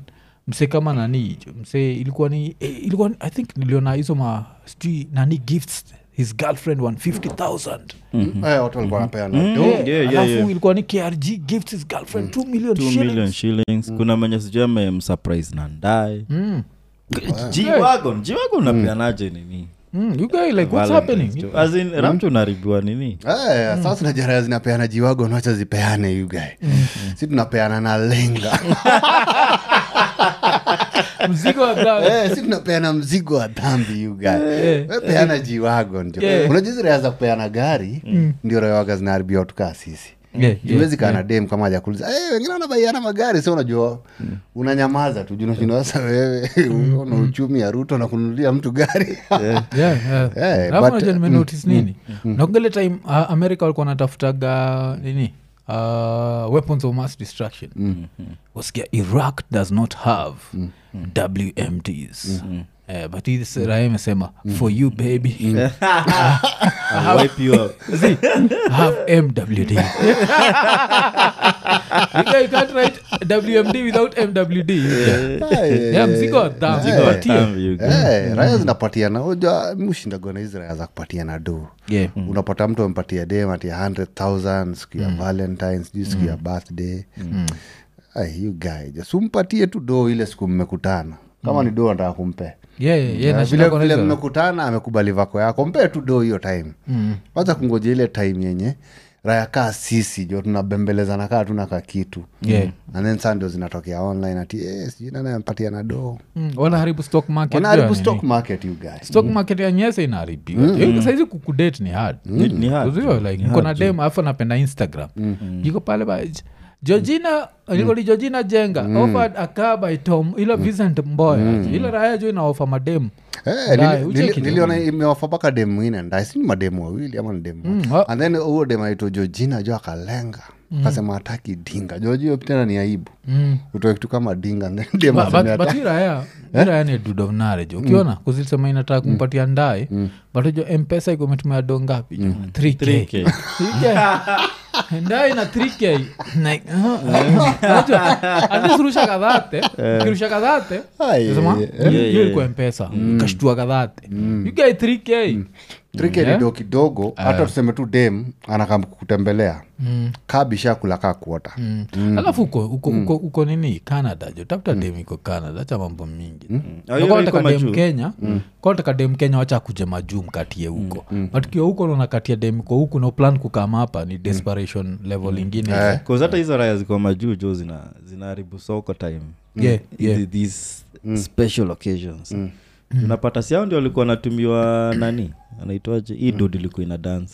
B: mse kama nani jo mse ilikuwa ni eh, ilikuwa ni- i think niliona hizo ma sijui nani gifts his girlfriend 150000
C: Eh, watu walikuwa wanapeana do.
A: Oh,
B: Hmm.
A: yeah, yeah,
B: alafu
A: yeah. Mm.
B: ilikuwa ni krg gifts his girlfriend 2 million
A: 2 million
B: shillings
A: shillings kuna mwenye sijui amemsurprise na ndae
B: Mm.
A: jiwagon jiwagon unapeanaje nini
B: Mm, you guy like
A: Valentine's
B: what's happening
A: tu. As
B: Mm.
A: in, ramtu unaribiwa nini
C: Eh, sasa tuna jaraya zinapeana jiwago nacha zipeane you guy. *laughs* si tunapeana na lenga
B: mzigo wa
A: *laughs*
B: brother.
C: Eh, si tunapeana mzigo wa dhambi you guy. We peana jiwago ndio
B: Yeah.
C: unajua zile raha za kupeana gari ndio raha waga zinaharibia watu kaa sisi
B: Yeah, yeah,
C: iwezi kaa na dem kama hajakuuliza "Eh, wengine wanabaiana magari sa unajua
B: Mm.
C: unanyamaza tu junashinda sasa wewe *laughs* una uchumi ya ruto na kununulia mtu gari
B: *laughs*
C: *laughs*
B: Yeah, yeah.
C: Eh,
B: Alafu
C: but- mm,
B: unajua nimenotice nini nakugele time uh, america walikuwa wanatafutaga nini uh, weapons of mass destruction
C: Mm.
B: wasikia iraq does not have
C: mm.
B: wmds Eh, but hii raha imesema
C: Mm.
B: for you baby
A: I'll wipe you
B: *laughs*
A: out.
B: I *laughs* have *laughs* mwd you guys can't write wmd without mwd
C: Eh,
B: yeah, Mm. mzigo wa dhambi
A: Mzigo wa
B: Patia.
A: dhambi, you guy.
C: Eh, raya zinapatiana uja mshindago na hizi raya za kupatiana do
B: Yeah.
C: unapata mtu amepatia dem atia 100000 siku
B: Mm.
C: ya valentine sijui siku ya birthday Ai, you guy just umpatie tu do ile siku mmekutana kama
B: Mm.
C: ni do anataka kumpe
B: Yeah, yeah, yeah,
C: Na
B: nashinda
C: vile
B: kwa
C: vile
B: hizo.
C: mmekutana amekubali vako yako mpee tu do hiyo time
B: Mm.
C: kwanza kungoja ile time yenye raya kaa sisi jo tunabembelezana kaa tuna ka kitu
B: Yeah.
C: and then saa ndio zinatokea online ati eh, sijui nani amepatia na do
B: Mm, wanaharibu stock market
C: wanaharibu
B: yeah, nini.
C: stock market you guys
A: Mm.
B: stock market ya nyesa inaharibiwa mm. saizi kukudate ni hard
A: Mm. Ni- ni hard.
B: Uziwa, like,
A: Ni
B: niko na
A: hard. Mm-hmm.
B: dem alafu anapenda instagram iko pale ba georgina
A: Mm.
B: nikoli georgina jenga offered a car by tom ila vincent mboya
A: Mm.
B: ila raya jo inaofa madem Dai,
C: Eh, nili-
B: ucheki
C: nili-
B: tu.
C: niliona imewafa mpaka dem mwingine ndae sini mademu wawili ama ni demu moja.
B: Mm, wa- Mm.
C: and then huo dem aitwa jojina jo akalenga akasema hataki dinga joji hiyo tena ni aibu utoe kitu kama dinga and then dem aseme
B: but
C: hata-
B: hii raya hii raya ni dude of marriage ukiona kuzilisema inataka kumpatia ndae but jo mpesa iko imetumia do ngapi jo 3k
A: 3K.
B: 3K. ndae na 3k Like, uh, unajua, at least urusha kadhate ukirusha kadhate
C: Ai, yeah, yeah.
B: hiyo ilikuwa mpesa ukashtua kadhate you get 3k
C: 3K ni do kidogo
B: Ah.
C: hata tuseme tu dem anakam kutembelea
B: Mm.
C: kabisha kulakaa kuota
A: Mm.
B: alafu uko uko, uko, uko nini canada jo tafuta dem iko canada acha mambo mingi
A: Ah, Mm. hiyo iko
B: kataka dem
A: majuu. Mm.
B: kenya kataka dem kenya wacha kuje majuu mkatie huko but kiwa huko nanakatia dem ko huku na plan kukama hapa
A: Mm.
B: ni desperation level ingine yeah.
A: 'Cause hata hizo raya zikuwa majuu jo zina zinaharibu soko time
B: Yeah, yeah.
A: Th- these special occasions Mm.
B: Mm.
A: unapata siao ndio alikuwa anatumiwa nani anaitwaje hii dud ilikuwa ina dance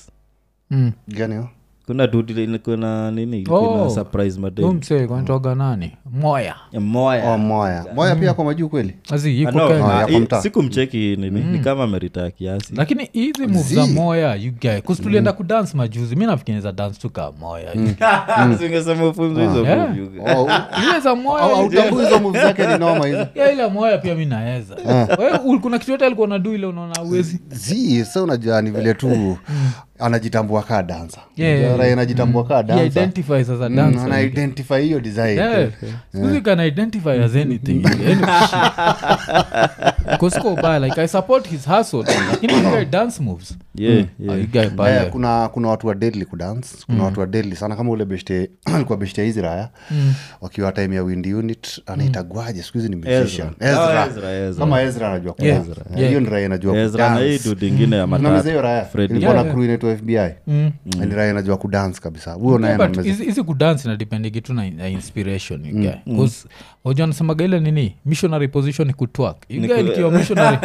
B: mm.
C: gani hiyo?
A: kuna dud ilikuwa na nini ilikuwa
B: Oh.
A: ina surprise
B: Huyu
A: madem
B: msee kwanitoga nani moya
C: Oh,
A: moya
C: moya moya
B: Mm.
C: pia kwa
A: *laughs*
C: majuu kweli
B: azi
A: Ah,
B: iko
A: no,
B: Kenya. Mm.
A: ah,
C: ya kwa
A: hii-
C: mtaa.
A: sikumcheki nini ni kama amerita kiasi
B: lakini hizi move za moya ugae kustulienda
A: Mm.
B: kudance majuzi mi nafikiniza dance tu kaa moya
A: *laughs* singesema ufunzo hizo
B: Mm. Yeah.
A: movie, you guys.
C: Oh,
B: ile za
C: au-
B: moya
C: hautambui hizo move zake ni noma hizo
B: ya ile moya pia mi naweza
A: Ah.
B: Wewe, ul- kuna kitu yote alikuwa nadu ile unaona awezi
C: zi sa unajua ni vile
B: *laughs*
C: tu anajitambua kaa dansa
B: Yeah, Mm. yeah,
C: Raya anajitambua kaa dansa
B: identify sasa
C: Mm,
B: dancer.
C: anaidentify hiyo design
B: Yeah. Sikuzi you can identify as anything Any shit. Cause uko ubaya, like i support his hustle lakini you guy dance moves
A: yeah, yeah.
B: Aligae pale.
C: Eh, kuna kuna watu wa deadly kudance kuna
B: Mm.
C: watu wa deadly sana kama ule beshte *clears throat* alikuwa beshte israya
B: Mm.
C: wakiwa time ya wind unit anaitagwaje siku hizi ni
B: Ah,
C: musician
A: Ezra.
C: Ezra.
A: Oh, Ezra, Ezra.
C: kama ezra anajua
B: Yeah.
C: kudance.
B: Yeah.
C: hiyo ni raya inajua
A: Ezra na hii
C: kudance
A: dude ingine
B: Mm.
A: ya
C: Kuna mzee
A: matatu
C: hiyo raya
A: Fred Mm.
C: ilikuwa na
B: Yeah,
C: crew inaitwa fbi ni raya inajua Yaani kudance kabisa huyo naye
B: Mm. But
C: ana mzee-
B: hizi hizi kudance inadepende kitu na, na inspiration you guy. 'Cause, unajua anasemaga ile nini missionary position ni kutwak You guy
A: ku-
B: nikiwa missionary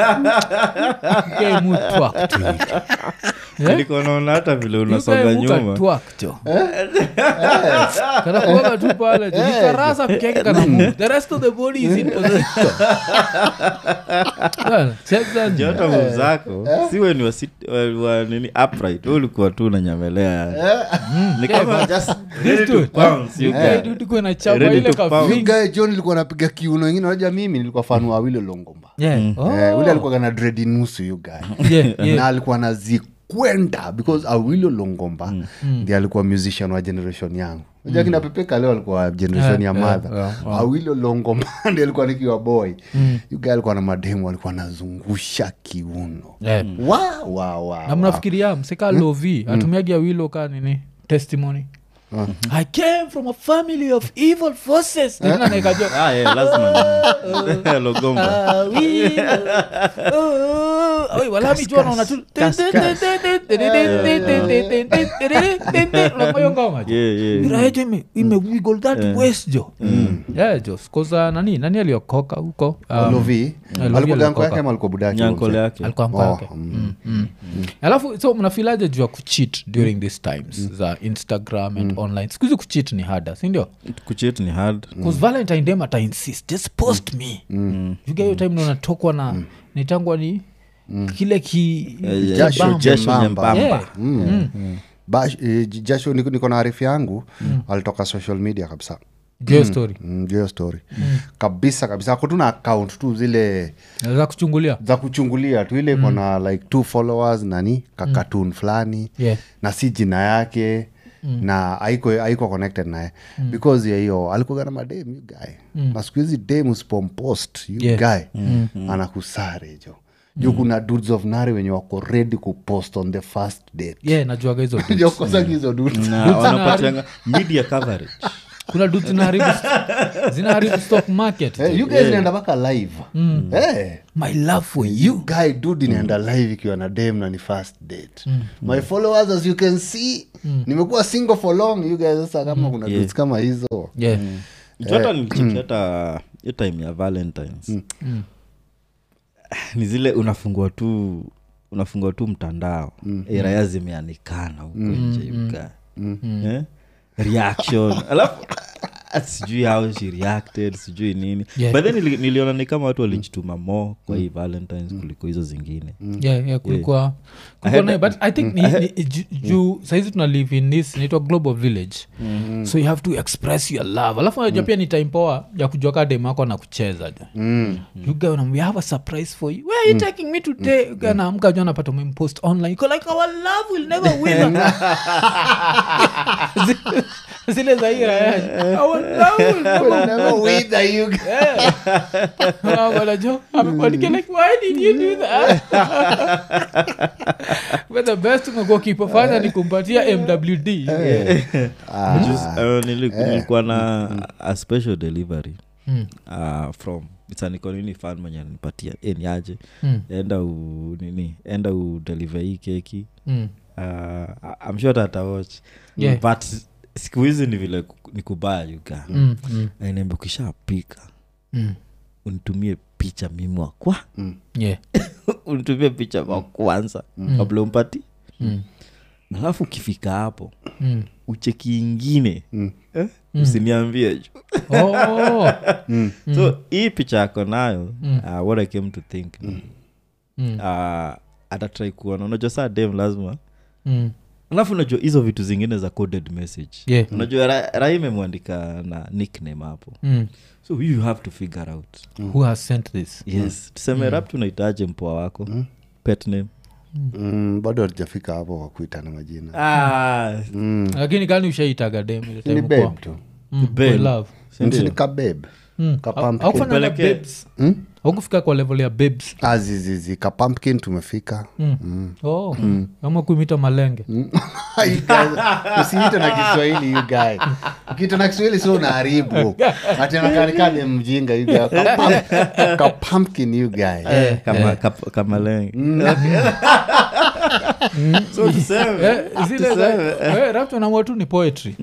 B: you guy mu twerk tu. Yeah?
A: Nilikuwa naona hata vile
B: You guy
A: unasonga
B: mu
A: nyuma
B: katwak Eh? tu. Kanakuwaga tu pale tu. Kikarasa peke yake kana move. The rest of the body is in position. Well, check that.
A: Ndio hata move zako siwe ni wasit- wa- wa nini upright wewe ulikuwa tu unanyemelea *laughs* ni kama Eh. just ready to bounce you
B: Hey,
A: guys.
B: dude, uko na chapa
A: Ready
B: ile
A: to
B: ka
A: pounce.
C: Huyu
B: fringe.
C: guy john ilikuwa napiga kiuno wengine unajua mimi nilikuwa fan wa wile longomba
B: Yeah. Oh.
C: Eh, ule alikuwa na dredi nusu yu guy
B: Yeah, *laughs* yeah.
C: na alikuwa nazikwenda because awilo longomba
A: Mm.
B: Mm.
C: ndi alikuwa musician wa generation yangu ja kina pepeka leo alikuwa generation ya madha awilo longomba *laughs* ndi alikuwa nikiwa boy
B: Mm.
C: yu guy alikuwa na mademu alikuwa anazungusha kiuno
B: Yeah.
A: Mm.
C: wa wa wa
B: na mnafikiria mseka lovi atumiagia wilo ka nini testimony i came from a family of evil forces Nini anaekajo-
A: Ah, yeah, *laughs* lazima logomba
B: Ah, Willow. Oh, oh, oi, walami jua naona tu- Unakumbuka hiyo ngoma jo?
A: Yeah, yeah.
B: Mira yetu ime- imewiggle that waist jo Yeah, jo. 'Cause, uh, nani nani aliyokoka huko Um,
C: lovi
B: Lovi
C: alikuwa danko
B: alikopa.
C: yake ama alikuwa budaki
A: nyankole yake
B: alikuwa mko yake
C: Oh,
B: Mm, mm. alafu so mnafilaje juu ya kuchit during these times za instagram and online sikuhizi kuchit ni hada sindio
A: kuchit ni hard
B: bcause
C: Mm.
B: valentine dem atainsist just post me you get your time
C: Mm.
B: naona tokwa na nitangwa ni kile ki
A: Eh,
B: cha
A: jasho-
B: bamba.
A: jasho
C: jembamba.
A: nyembamba
B: Yeah.
A: Mm.
C: Bash- mm. eh, J- jasho niko niko na arifu yangu alitoka social media kabisa
B: Hiyo story
C: Mm, ndio hiyo story kabisa kabisa ako tu na account tu zile
B: naweza kuchungulia
C: za kuchungulia tu ile
B: Mm.
C: kona like two followers nani kakatun fulani
B: Yeah. Mm.
C: na si jina yake na aiko aiko connected naye because ya hiyo alikuwaga na madem you guy na siku hizi dem uspompost you
B: Mm. Yeah. Mm.
C: guy anakusare jo juu kuna dudes of nare wenye wako ready kupost on the first date
B: ye najuaga hizo
C: *laughs*
B: dudes.
C: ndio kosa hizo dudes
A: na wanapatianga media coverage
B: kuna dut
C: *laughs*
B: zinaharibu zinaharibu stock market
C: Eh, you guys inaenda mpaka live
B: Mm.
C: Eh.
B: my love for you
C: guy dud inaenda
A: Mm.
C: live ikiwa na dem na ni first date my followers as you can see
A: Mm.
C: nimekuwa single for long you guys sasa kama kuna dudes kama
A: *laughs*
C: hizo
B: yeah.
A: hata nilicheki hata hiyo time ya valentines Ah, ni zile unafungua tu unafungua tu mtandao iraya zimeanikana huko nje yuka Eh? reaction alafu ah, sijui how she reacted sijui nini
B: Yeah.
A: but then nili, niliona ni kama watu walijituma mo kwa hii valentines kuliko hizo zingine
B: yeah, yeah, kulikuwa kulikuwa nayo, but i think ni- ni- ju- juu saizi tuna live in this inaitwa global village so you have to express your love alafu najua pia ni time power ya kujua kaa dem ako na kucheza jo You guy unamwambia, "I have a surprise for you where are you taking me today You guy anaamka jua anapata umempost online Iko like our love will never win *laughs* Zi- zile za hii raya, "Our love will never
C: Well, never with the you guys.
B: Ah, wanajo amekuandikia like why did you do that *laughs* but the best umekuwa kipofanya ni kumpatia mwd
A: Just, uh, nili- nilikuwa na a special delivery uh, from itanikonini fan mwenye alinipatia Eh, ni aje
B: Mm.
A: enda u nini enda udeliver hii keki
B: Mm.
A: uh, I'm sure that I watch
B: Yeah.
A: but siku hizi ni vile ku- ni kubaya yuka
B: Mm, mm,
A: nainaembe ukishapika
B: mm.
A: unitumie picha mimi wakwa
B: Yeah.
A: unitumie picha wa kwanza kabla umpati
B: Mm,
A: alafu ukifika hapo
B: mm.
A: ucheki ingine eh? usiniambie ju
B: Oh,
A: so hii picha yako nayo uh, what i came to think ni,
B: Mm.
A: uh, atatrai kuona unajua saa dem lazima
B: mm.
A: alafu unajua hizo vitu zingine za coded message
B: Yeah.
A: unajua ra, rai imemwandika na nickname hapo
B: Mm.
A: so you have to figure out
B: who has sent this
A: yes tuseme
B: Mm.
A: rap tunahitaje mpoa wako pet name
C: Mm, bado hatujafika hapo kwa kuitana majina
A: ah,
B: lakini kani ushaitaga dem ile
C: ni
B: time
C: babe
B: kwa-
C: tu
B: Mm,
A: Babe.
B: for love
A: si ndio? Mm.
C: Msinika babe kapumpkin
B: aukufanya like
A: Peleke.
B: babes aukufika kwa level ya babes
C: Ah, azizizi kapumpkin tumefika *laughs*
B: mm. oh. ama kuimita malenge
C: You guys, usiite na kiswahili you guy ukiita na kiswahili
A: *laughs*
C: sio unaharibu atinakanikane mjinga you guy. Kapump- kapumpkin you guy
A: Eh. Kama- kap- *laughs* kamalenge Mm. so tuseme
B: Eh, zile za- eh, rafu anaamua tu ni poetry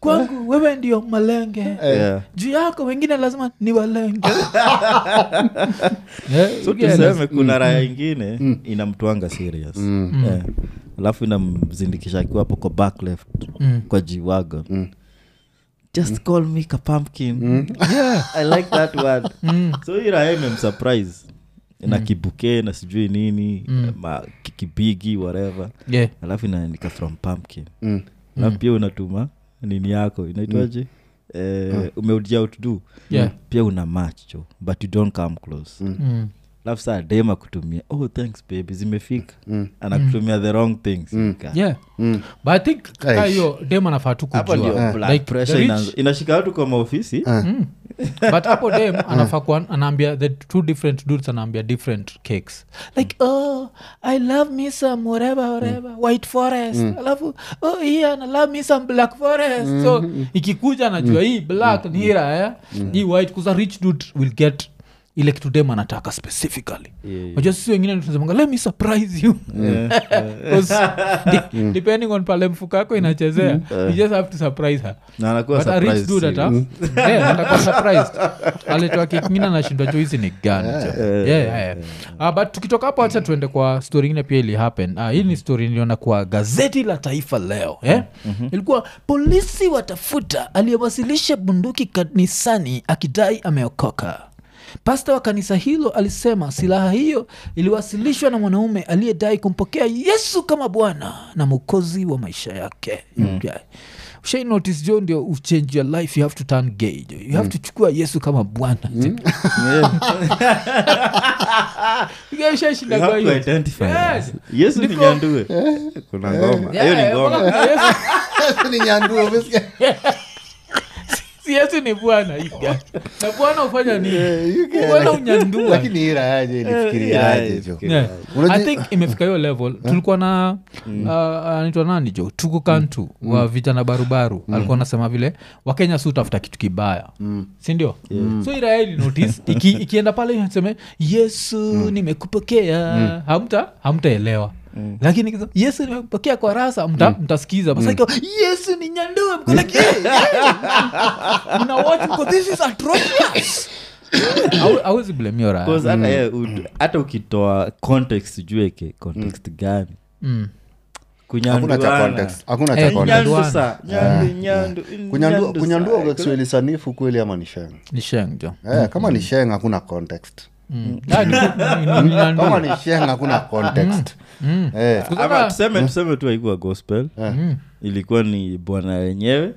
B: kwangu wewe ndio malenge
A: Yeah.
B: juu yako wengine lazima ni
A: *laughs*
B: walenge Eh,
A: so
B: yeah,
A: tuseme kuna raya ingine inamtwanga serious Eh, alafu inamzindikisha akiwa hapo kwa back left kwa g-wagon just call me kapumpkin *laughs* i like that word so hii raha imemsurprise na kibuke na sijui nini ma- ki- kibigi whatever
B: yeah.
A: alafu inaandika from pumpkin
B: Mm.
A: alafu pia unatuma nini yako inaitwaje eh,
B: Ah.
A: umeujia outdo
B: Yeah.
A: pia una macho but you don't come close
B: Mm.
A: alafu saa dem akutumia oh thanks baby zimefika
B: Mm.
A: anakutumia the wrong things Ka-
B: Yeah. but i think kaa hiyo dem anafaa tu
A: Mm. hapo ndio
B: kujua
A: blood
B: Like,
A: pressure
B: the
A: inaanza-
B: rich- Hmm?
A: inashika watu kwa maofisi
B: Ah. *laughs* but hapo dem anafaa kuwa anaambia the two different dudes anaambia different cakes like oh i love me some whatever whatever white forest alafu oh hii ana love me some black forest so ikikuja anajua hii black ni hii raya hii white kuza rich dude will get ile kitu dem anataka specifically Unajua sisi wengine ndio tunasemanga let me surprise you *laughs* 'Cause de- depending on pale mfuko yako inachezea you just have to surprise her
A: na anakuwa
B: But a rich
A: surprised
B: dude
A: *laughs*
B: ata-
A: serious.
B: *laughs* Yeah, atakuwa surprised. alitoa kikingine anashindwa choizi ni gani cho. Yeah, yeah, yeah. Ah, but tukitoka hapo hacha tuende kwa story ingine pia ili happen Ah, hii ni story niliona kwa gazeti la taifa leo eh? ilikuwa polisi watafuta aliyewasilisha bunduki kanisani akidai ameokoka pasta wa kanisa hilo alisema silaha hiyo iliwasilishwa na mwanaume aliyedai kumpokea yesu kama bwana na mwokozi wa maisha yake mm. ushai notice jo ndio uchange your life you have to turn gay jo you have
A: Mm.
B: to chukua yesu kama bwana *laughs* Hiyo ushaishinda
A: You
B: kwa
A: have to
B: hiyo.
A: identify.
B: Yes.
A: Yesu ni
B: Niko-
A: nyandue
B: Eh.
A: kuna ngoma hiyo ni
B: Yeah,
A: ngoma
B: mpaka Yesu-
C: Ni nyanduo, umesikia?
B: si yesu ni bwana you guy. na bwana hufanya nini bwana unyandua
C: lakini hii raha aje
A: raha aje
C: ilifikiriaje jo
A: ilifikiriaje.
B: Yeah.
C: Unajua-
B: i think imefika hiyo level tulikuwa na uh, anaitwa nani jo tuku kantu wa vita na barubaru alikuwa anasema vile wakenya si utafuta kitu kibaya sindio so iraeli notice iki, ikienda pale seme yesu nimekupokea hamta hamtaelewa lakini ikisema, yesu nimekupokea kwa rasa mta, mtasikiza Basi ikiwa, yesu ni nyandue mko like, "Yeah, yeah." Mna watch, mko, this is atrocious Hawe- hawezi blame hiyo Raila.
C: Ah,
A: 'Cause
C: mm,
A: hata yeye ud- hata ukitoa context jueke context gani
B: Mm.
C: hakuna cha
A: kunyanduana
C: context, hakuna
B: Eh,
C: cha context.
A: Nyandu sa, nyandu,
C: Yeah,
A: nyandu,
C: Kunyandua-
A: nyandu
C: kunyandua
A: sa.
C: kwa kiswahili sanifu kweli ama ni sheng
B: ni sheng jo
C: eh, kama ni sheng hakuna context
B: Ah, ni- ni- ni- ni- ni-
C: kama ni sheng hakuna context eh,
A: Ama tuseme tuseme tu haikuwa gospel
B: Mm.
A: ilikuwa ni bwana wenyewe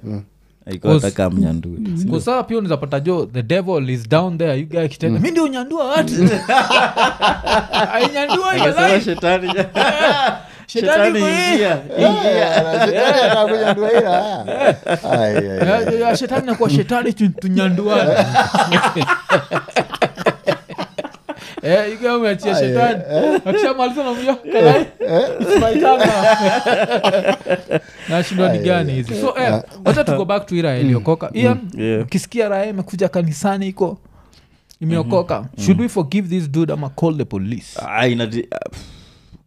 A: aikuwa
B: Cause-
A: taka mnyandue
B: kusaa pia unizapata jo the devil is down there you guy kitenda mi ndio unyandua
A: *laughs*
B: watu ainyandua hiyo
A: Akasema
B: life.
A: shetani
B: *laughs* Shetani
A: shetani
B: kwa hii.
A: ingia
C: Eh,
B: Ya- ya- ya, shetani nakuwa shetani tu- tunyandua Eh, you guy umeachia shetani akishamaliza namja kalai nashindwa ni gani hizi so eh, wacha tuko back to ira iliyokoka Ian,
A: Yeah.
B: ukisikia raha imekuja kanisani iko imeokoka should we forgive this dude ama call the police
A: Ah, inadi- ah, pff,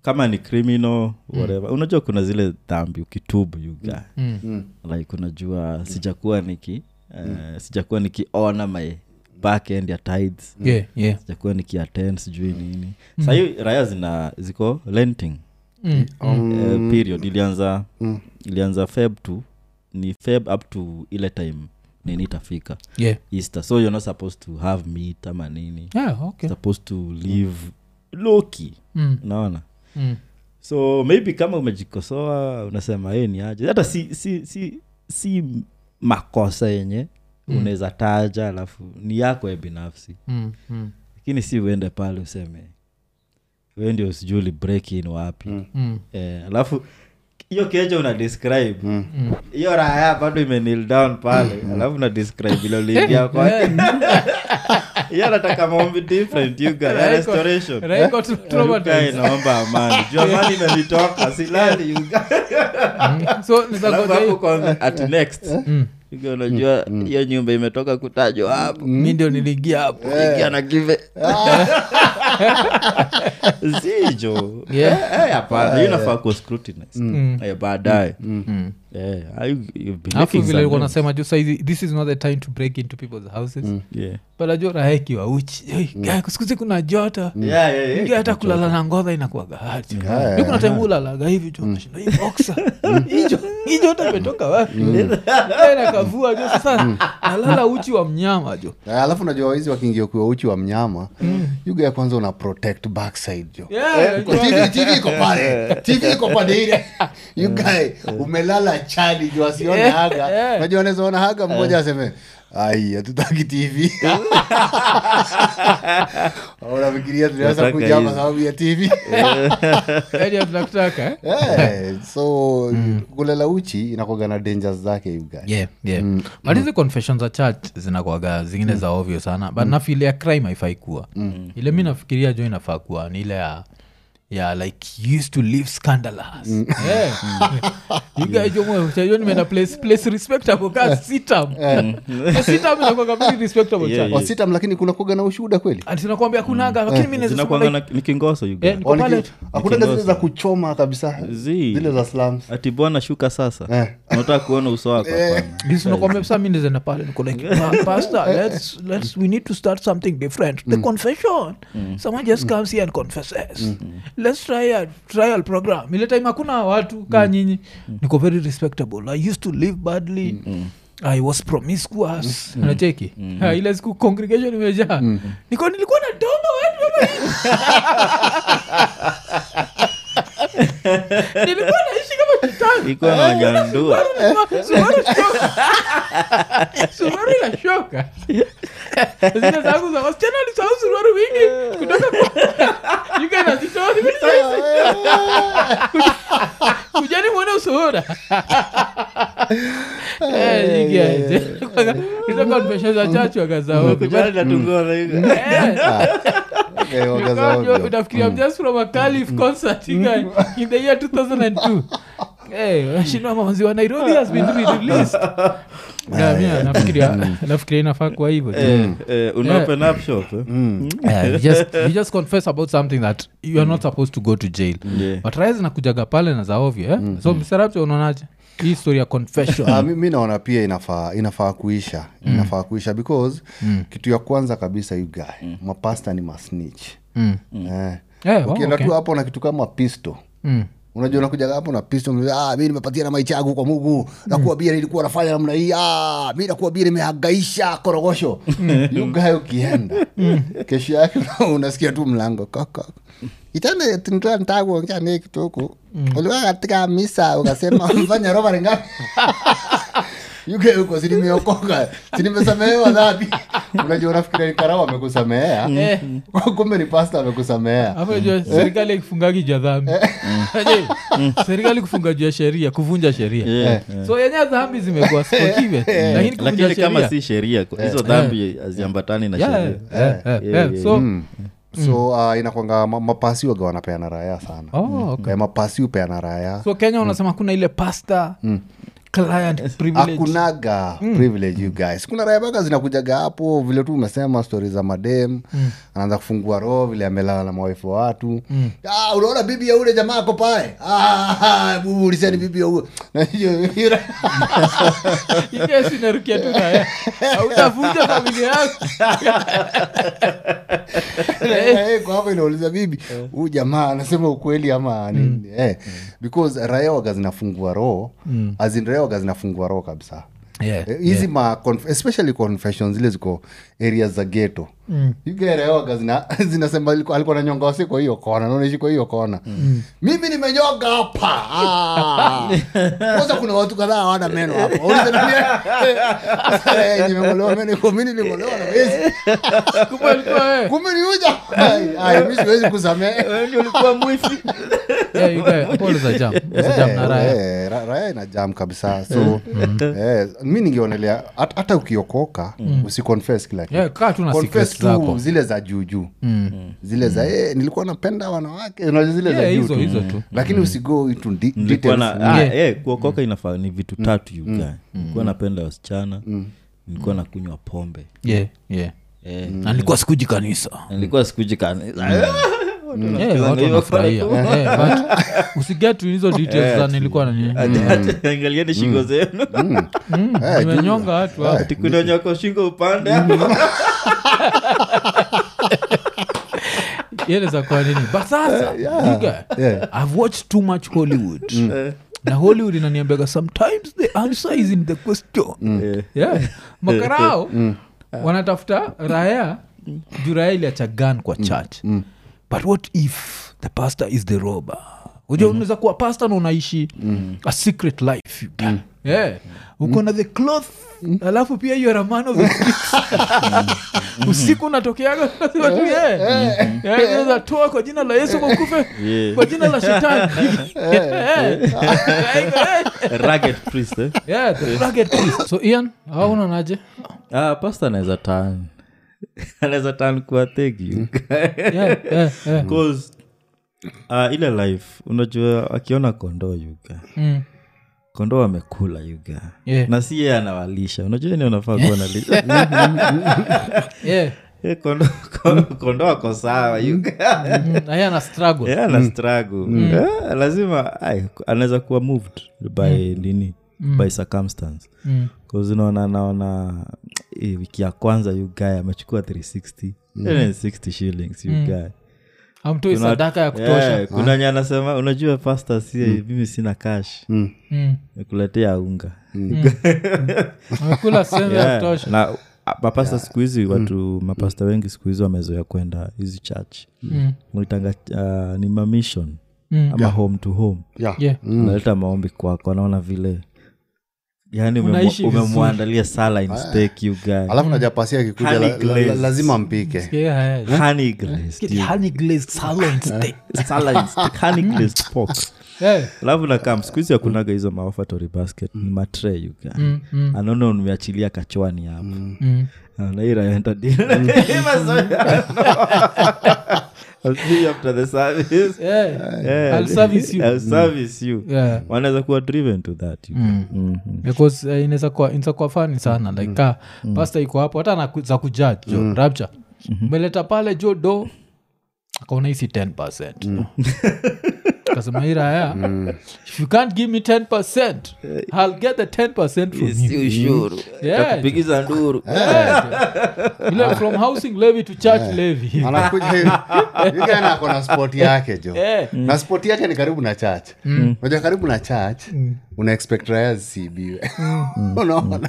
A: kama ni criminal whatever unajua kuna zile dhambi ukitubu yuga like unajua sijakuwa niki eh, sijakuwa nikiona my back end ya tides
B: yeah, yeah.
A: sijakuwa nikiattend sijui nini sahii raya zina ziko lenting
B: Mm.
A: eh, period ilianza ilianza feb tu ni feb up to ile time nini itafika
B: yeah.
A: easter so you're not supposed to have meat ama nini
B: yeah okay
A: supposed to live loki
B: mm.
A: unaona
B: Mm.
A: so maybe kama umejikosoa unasema hii ni aje hata si, si, si, si makosa yenye mm. unaweza taja alafu ni yako ya binafsi
B: Mm. Mm.
A: lakini si uende pale useme we ndio sijui uli break in wapi
B: Mm.
A: eh, alafu hiyo kecha una describe hiyo raya bado imenil down pale alafu na describe ile uliingia kwake *laughs* hiyo nataka maombi different you guys ya restoration
B: Raiko tu-
A: Ruka
B: traumatized.
A: inaomba amani juu amani imenitoka silali you guys
B: so niza
A: alafu
B: ngoja
A: hapo
B: hiyo.
A: kwa at next
C: Eh.
B: Mm.
A: You guys unajua hiyo nyumba imetoka kutajwa hapo
B: mi Mm. ndio niliingia hapo
A: ingia
C: Eh.
A: na give
C: Ah.
A: *laughs* sijo
B: Yeah.
A: Eh, eh, hapana hiyo inafaa kuwa scrutinized. Eh, baadaye
B: Mm.
A: Eh, are you- you've been
B: alafu
A: making
B: vile
A: some
B: ulikuwa unasema juu saizi this is not the time to break into people's houses
A: Yeah.
B: but ajua raha ikiwa uchi Hey, guy, siku hizi kuna jota
A: Yeah, yeah, yeah.
B: Ingia hata kulala na ngodha inakuaga hati
C: Yeah.
B: Ni kuna time ulalaga hivi tu unashinda, hii boxer, hicho hicho hata imetoka wapi Tena inakavua jo sasa nalala uchi wa mnyama jo
C: Eh, alafu najua hizi wakiingia kuwa uchi wa mnyama yuga ya kwanza una protect backside jo
B: Yeah,
C: Uko
B: najua.
C: TV TV iko
B: *laughs*
C: pale *laughs* TV iko pande ile you guy umelala chali juu asione
B: Yeah,
C: haga
B: yeah.
C: unajua anaweza ona haga mmoja aseme ai hatutaki
B: *laughs*
C: TV unafikiria tunaweza
A: Nataka
C: kuja kwa
A: hizi.
C: sababu ya
B: *laughs*
C: TV
B: Yaani hatunakutaka, eh?
C: Eh, so kulela uchi inakuaga na dangers zake you guy
B: Mm. yeah, yeah.
A: Mm,
B: but hizi confession za church zinakwaga zingine za ovyo sana
A: Mm.
B: but nafikiria ile ya crime haifai kuwa ile mi nafikiria jo inafaa kuwa ni ile ya ya like you used to live scandalous
A: Mm.
B: *laughs* yeah. you guys jo mwe- jo nimeenda place place respectable ka sitam
A: *laughs*
B: The sitam inakuwaga very respectable
A: Yeah,
B: church
A: yeah.
C: wasitam lakini kunakuaga na ushuhuda kweli
B: Ati nakwambia kunaga lakini
A: Eh,
B: mi naweza sema
A: zinakwanga
B: like,
A: na- ni kingoso you
B: eh,
A: guys.
B: niko pale
C: akunaga zile za kuchoma kabisa
A: Zii.
C: zile za
B: *laughs*
C: slums
A: ati bwana shuka sasa
C: Eh.
A: unataka kuona uso wako hapana.
B: nakwambia sa mi nizenda pale niko like "Pa- pastor let's, let's we need to start something different the confession someone just comes here and confesses let's try a trial program ile time hakuna watu kaa nyinyi niko very respectable i used to live badly i was promiscuous nacheki Ha, ile siku congregation imejaa niko nilikuwa na doba watu wama hivi. nilikuwa naishi kama Eh, kitani
A: iko na wajandua
B: suruaru inashoka zile zangu za wasichana alisahau suruaru wingi kutoka kwa- Yuka anazitoa hivi sasa. kujani mwone usuhura Eh, za chachu
A: *laughs* Kujana inatungoza you guys.
C: Eh, waga za ovyo.
B: utafikiria just from a calif concert you guys, *laughs* in the year 2002 Eh, washindwa mamanzi wa nairobi has been released Yeah, yeah, nafikiria nafikiria inafaa kuwa hivyo
A: Eh, eh, una
B: Yeah.
A: open up shop eh?
C: Mm.
B: Yeah, you just- you just confess about something that you are not supposed to go to jail
A: Yeah.
B: but rais nakujaga pale na zaovyo eh? so msarapcha unaonaje hii story ya
C: *laughs* Ah,
B: confession Eh,
C: mi mi naona pia inafaa inafaa kuisha inafaa kuisha because kitu ya kwanza kabisa you guy mapasta ni masnich
B: Mm.
C: eh.
B: Eh, wow,
C: ukienda
B: okay.
C: tu hapo na kitu kama pisto
B: Mm.
C: unajua nakujaga hapo na pisto ah, mi nimepatia na maisha yangu kwa mungu
B: Mm.
C: nakuwa bia nilikuwa nafanya namna hii ah, mi nakuwa bia nimehangaisha korogosho
B: Mm.
C: yugayo ukienda kesho yake *laughs* unasikia tu mlango koko itanetntantaguonjane kituku
B: Mm.
C: ulikuwa katika misa ukasema *laughs* mfanya robari ngapi *laughs* yuke uko sinimeokoka sinimesamehewa dhambi *laughs* unajua unafikiria ni karau amekusamehea
B: Eh.
C: *laughs* kumbe ni pasta amekusamehea
B: Hapo unajua serikali haikufungagi juu ya dhambi *laughs* Unajua, serikali kufunga juu ya sheria kuvunja sheria
C: Eh.
A: Yeah. Eh.
B: so yenye dhambi zimekuwa sportive, lakini kuvunja
A: lakini kama
B: sheria-
A: si sheria Eh, kwa- hizo dhambi haziambatani na
B: Yeah,
A: sheria
B: yeah, yeah,
A: Yeah,
B: yeah. So-
C: so uh, inakwanga ma- mapasi waga wanapeana raya sana
B: Oh, okay.
C: Eh, mapasi hupeana raya
B: so kenya unasema kuna ile pasta client privilege *laughs* Mm.
C: akunaga privilege you guys kuna raya baga zinakujaga hapo vile tu umesema stori za madem
B: Mm.
C: anaanza kufungua roho vile amelala na mawaifu wa watu ah, unaona bibi ya ule jamaa ako pale ah, ah, *laughs* bubu uliseni bibi ya ule *laughs* Na hiyo- hiyo-
B: *laughs* Ikesi inarukia tu naye hautavunja familia yako
C: Eh, kwa hapo inauliza bibi
B: Eh.
C: huu jamaa anasema ukweli ama
B: Mm.
C: nini eh, because raya waga zinafungua roho mm. azin raya waga zinafungua roho kabisa
B: Yeah,
C: Eh, hizi ma conf- especially confession zile ziko areas za geto mm. ugaereoga zina, *laughs* zinasema alikuwa alikuwa ananyonga wasi kwa hiyo kona naonaishi kwa hiyo kona mm. mimi nimenyoga hapa
B: *laughs*
C: Ah. kwanza kuna watu kadhaa hawana meno hapa Waulize nani- Eh, nimengolewa meno iko mimi nilingolewa na wezi
B: eh.
C: kumbe ni huja Ai, ai, mimi siwezi kusamehe
A: Eh, ulikuwa mwifi
B: Yeah, you guy, Paul is a jam. He's a jam na Mm. Raya.
C: Eh, ra- raya ina jam kabisa so eh, mi ningeonelea hat- hata ukiokoka usiconfess kila kitu.
B: Mm. Yeah, kaa tu na
C: Confess
B: secrets
C: tu
B: zako. Mm.
C: zile za juujuu zile za eh, nilikuwa napenda wanawake unajua zile
B: Yeah,
C: za juu
B: hizo-
C: tu.
B: hizo Mm. tu.
C: lakini usigo into de-
A: *laughs* nilikuwa
C: details.
A: na ah,
B: Yeah.
A: eh, kuokoka inafaa ni vitu tatu yuga nilikuwa napenda wasichana nilikuwa nakunywa pombe
B: Yeah, yeah.
A: Mm. eh, Mm.
B: Na nilikuwa sikuji kanisa
A: nilikuwa sikuji eh, kanisa Mm.
B: Yeah, watu
A: *laughs*
B: wanafurahia.
A: Eh.
B: Yeah, but usiget to hizo details za nilikuwa nani
A: Mm. angalieni shingo zenu *laughs* Ah,
C: Eh, juu-
B: nimenyonga watu hapa.
C: eh,
A: tikunonyako shingo upande *laughs*
B: eleza kwa nini but sasa nigga,
C: yeah. Mm.
B: i've watched too much hollywood na hollywood inaniambiaga sometimes the answer is in the question
C: Mm.
A: Eh,
B: yeah. makarao wanatafuta raya juu raya iliacha gun kwa church but what if the pastor is the rober uja unaweza kuwa pastor na unaishi a secret life you can. yeah. uko na the cloth alafu pia you are a man of the streets usiku unatokeaga *laughs* watu, yeah. Yeah, unaweza toa kwa jina la yesu kwakufe
A: Yeah.
B: kwa jina la shetani *laughs* Yeah.
A: Rugged priest, eh.
B: Yeah, the rugged priest. so ian aunaonaje
A: ah, pasta anaweza tan *laughs* anaweza tan kuwa tegi
B: yeah, yeah, yeah.
A: Mm. Cause, ah, ile life unajua akiona kondoo yuga
B: Mm.
A: kondoo amekula yuga
B: Yeah.
A: na si yeye anawalisha unajua ni unafaa kuwa nalisha
B: *laughs* Yeah.
A: *laughs* Eh, kondoo ko- kondoo ako sawa yuga
B: Mm, na yeye ana struggle
A: yeah, ana struggle Eh, lazima ai, anaweza kuwa moved by nini by circumstance
B: Mm.
A: Cause unaona naona eh, wiki ya kwanza yugae amechukua 360
B: Mm.
A: 360 shillings yugae
B: hamtoi sadaka ya kutosha Ah.
A: Yeah, kuna nye anasema unajua pasta si mimi sina kash
B: Mm.
A: nikuletea unga
B: amekula sembe *laughs* ya
A: Yeah,
B: kutosha
A: na a- mapasta siku hizi watu mapasta wengi siku hizi wamezoea kwenda hizi church
B: Mm.
A: unaitanga uh, ni mamishon
B: Mm.
A: ama home to home
C: Yeah.
B: Yeah.
A: unaleta maombi kwako anaona vile yani
B: Unaishi vizuri.
A: umemwandalia sala in steak you guy
C: alafu najapasia akikuja la,
A: Honey
C: la, la,
A: glaze.
C: lazima mpike
B: Yeah, yeah.
A: honey glazed you-
B: Honey glazed
A: *laughs*
B: sirloin steak.
A: sala in steak honey
B: Mm.
A: glazed pork
B: Yeah.
A: alafu nakam siku hizi akunaga hizo maofatory basket ni matre yuga mm, mm. anaona umeachilia kachwani hapo
B: Mm.
A: nairaenda *laughs* after the service
B: Yeah.
A: Yeah,
B: I'll service you. Mm.
A: I'll service you
B: Yeah. Mm.
A: wanaweza kuwa driven to that you guy. Mhm.
B: because uh, inaweza kuwa inaweza kuwa fani sana
A: Mm.
B: like ka pasta iko hapo hata na ku- za kujudge jo rapture
A: Mm-hmm.
B: umeleta pale jo do akaona hisi 10
A: Mm.
B: kasema hii raya if you can't give me 10 i'll get the 10 from you Mm. Yeah.
A: Takupigiza
B: *laughs*
A: nduru
B: Yeah. Ile from housing levy to church levy
C: anakuja
B: *laughs*
C: yugana akona spot yake jo
A: Mm.
C: na spot yake ni karibu na church
B: Mm.
C: unajua karibu na church una expect raya zisiibiwe
B: Mm.
C: *laughs* unaona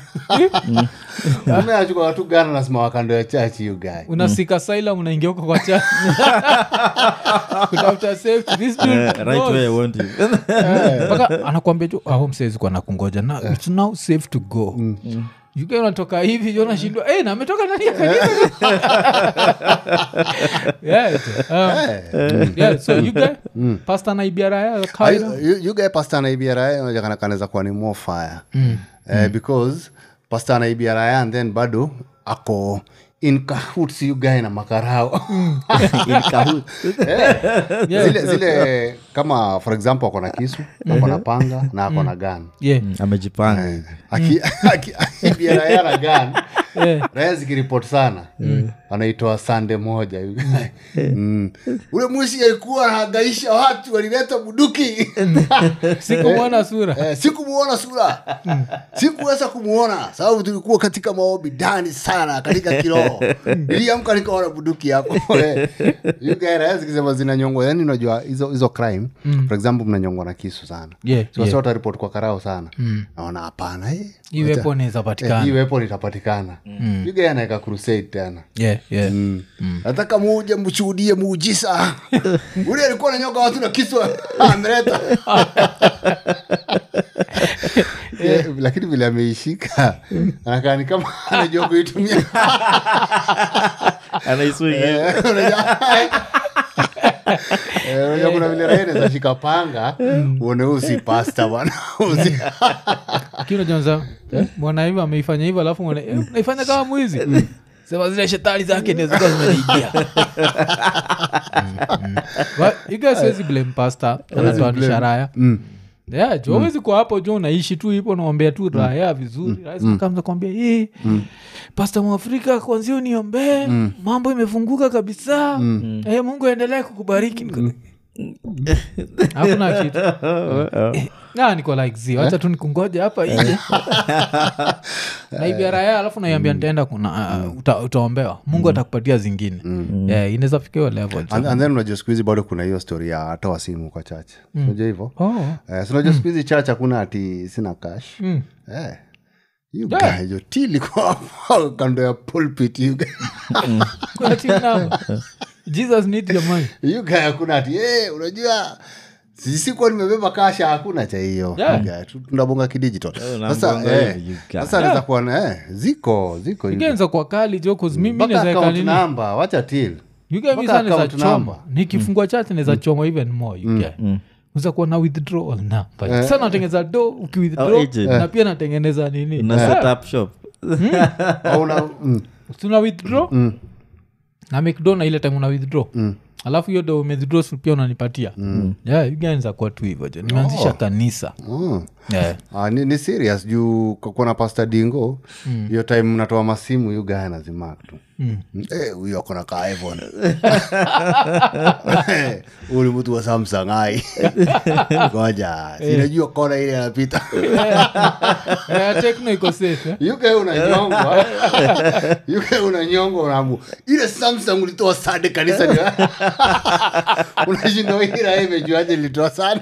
C: umeachukua watu gana nasema wakando ya church you guy
B: unasika silam unaingia huko kwa church *laughs* kutafuta safety this dude
A: Yeah, Eh, right
B: knows. Eh.
A: where I want you
B: mpaka anakwambia ju ahomsezikuwa nakungoja na
C: Eh.
B: its now safe to go
C: Mm.
B: yuga unatoka hivi Eh, ju unashindwa hey, nametoka
C: Eh.
B: ndani ya kanisa *laughs* Yes,
C: Eh.
B: um, yeah, so you guy,
C: Mm.
B: pastor na ibiara ya kawaida
C: yugae pasta anaibia raya unajua kana kanaweza kuwa ni more fire Eh, because pasta anaibia raya and then bado ako in kahoots you guy na makarao
A: *laughs*
C: *laughs*
A: In Kahoot.
B: Yeah.
C: zile, zile kama for example ako na kisu ako na panga na ako na gan
B: yeah.
A: Mm.
C: *laughs*
A: amejipanga hivi.
C: akibiarayana gan raya zikiripot sana anaitoa sande moja mm. ule mwisi alikuwa hagaisha watu walileta buduki
B: sikumwona sura
C: Eh, sikumuona sura sikuweza kumuona sababu tulikuwa katika maombi ndani sana katika kiroho iliamka nikaona
B: *laughs*
C: buduki yako Eh, zikisema zinanyongwa yani unajua hizo hizo crime for example mnanyongwa na kisu sana
B: Mm. Yeah,
C: so
B: yeah. Mm.
C: yeah. wataripoti kwa karao sana naona hapana eh,
B: Hii
C: wacha-
B: weapon Mm. inaweza patikana.
C: eh, hii weapon itapatikana yuga anaweka crusade tena
B: Yeah,
C: Mm.
B: yeah.
C: nataka muje mshuhudie muujisa ule alikuwa nanyoka watu na kiswa ameleta Eh, lakini vile ameishika anakaa ni kama anajua kuitumia
A: *laughs* anaiswingi
C: Eh, unajua- Eh, unajua kuna vile raia anaweza shika panga uone huu si pasta bwana Huu si-
B: lakini unajonza mwana hivyo ameifanya hivyo alafu mwana eh, naifanya kama mwizi sema zile shetani zake ndio zilikuwa *laughs* zimeniingia igasiwezi blame pasta anatoa
C: blame.
B: nisharaya Yeah, juu hawezi kuwa hapo juu unaishi tu ipo naombea tu raya vizuri rakamza kuambia hii pasta mwafrika kwanzia uniombee mambo imefunguka kabisa Eh, mungu aendelee kukubariki hakuna kitu na niko like zi
C: Eh?
B: wacha tu nikungoja hapa
C: *laughs*
B: ije naibia raya alafu naiambia
C: Mm.
B: nitaenda kuna uh, uta, utaombewa mungu atakupatia zingine
C: Mm.
B: yeah, inaweza fika hiyo level
C: And- and then unajua siku hizi bado kuna hiyo stori ya atoa simu kwa chache unajua hivyo
B: oh.
C: Eh, si unajua siku hizi chache hakuna ati sina kash Eh, you guy, your tea *laughs* ilikuwa hapo kando ya pulpit you guy.
B: Kuna team
C: *laughs*
B: number. jesus need your money
C: You guy hakuna ati "Eh, unajua sisikuwa nimebeba kasha hakuna cha hiyo
B: Yeah.
C: You guy, tu- tunabonga kidigital sasa
A: unabonga
C: eh,
A: hivi, you guy.
C: sasa anaweza kuwa na- eh, ziko ziko you guy.
B: igenza kwa kali jo cause mimi
C: Mpaka
B: naweza eka
C: account
B: nini
C: number, wacha till
B: You get me
C: Mpaka
B: sana naweza
C: account Mm.
B: choma
C: number.
B: nikifungua chache naweza choma even more
C: Mm.
B: you get. Unaweza kuwa na withdrawal na
C: Eh.
B: sa natengeza do
C: Oh,
A: Au
B: ukiwithdraw
A: agent.
B: na pia natengeneza nini
A: na
B: Yeah.
A: set up shop
C: Au una- mm,
B: tuna withdraw na mcdo na ile time una withdraw alafu hiyo do umewithdraw si pia unanipatia yeah, you guys are kuwa tu hivyo jo nimeanzisha kanisa
C: mm.
B: yeah.
C: Ah, ni, ni serious juu kuwa na pasta dingo hiyo time mnatoa masimu yugaya nazimak tu Eh, huyo akona ka iphone uli mtu wa samsung ai ngoja sinajua kona ile anapita
B: yeah, tekno iko safe eh?
C: yuke unanyongwa yuke unanyongwa unamu ile samsung ulitoa sade kanisa ni *laughs* unashinda ira imejuaje ilitoa sade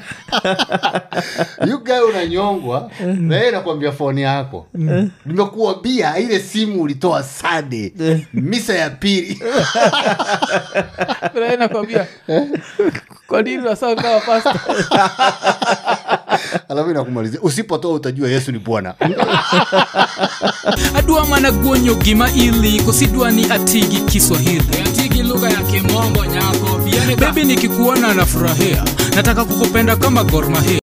C: *laughs* yuke unanyongwa eh? na yeye nakwambia foni yako nimekuambia ile simu ulitoa sade misa ya pili *laughs*
B: Kuna yeye nakwambia kwa nini wasaa kama pasta
C: alafu inakumalizia usipotoa utajua yesu ni bwana *laughs*
D: adwa mana guonyo gima ili kosidwa ni atigi kiswahili atigi lugha ya kimombo nyako bebi nikikuona nafurahia nataka kukupenda kama gormahia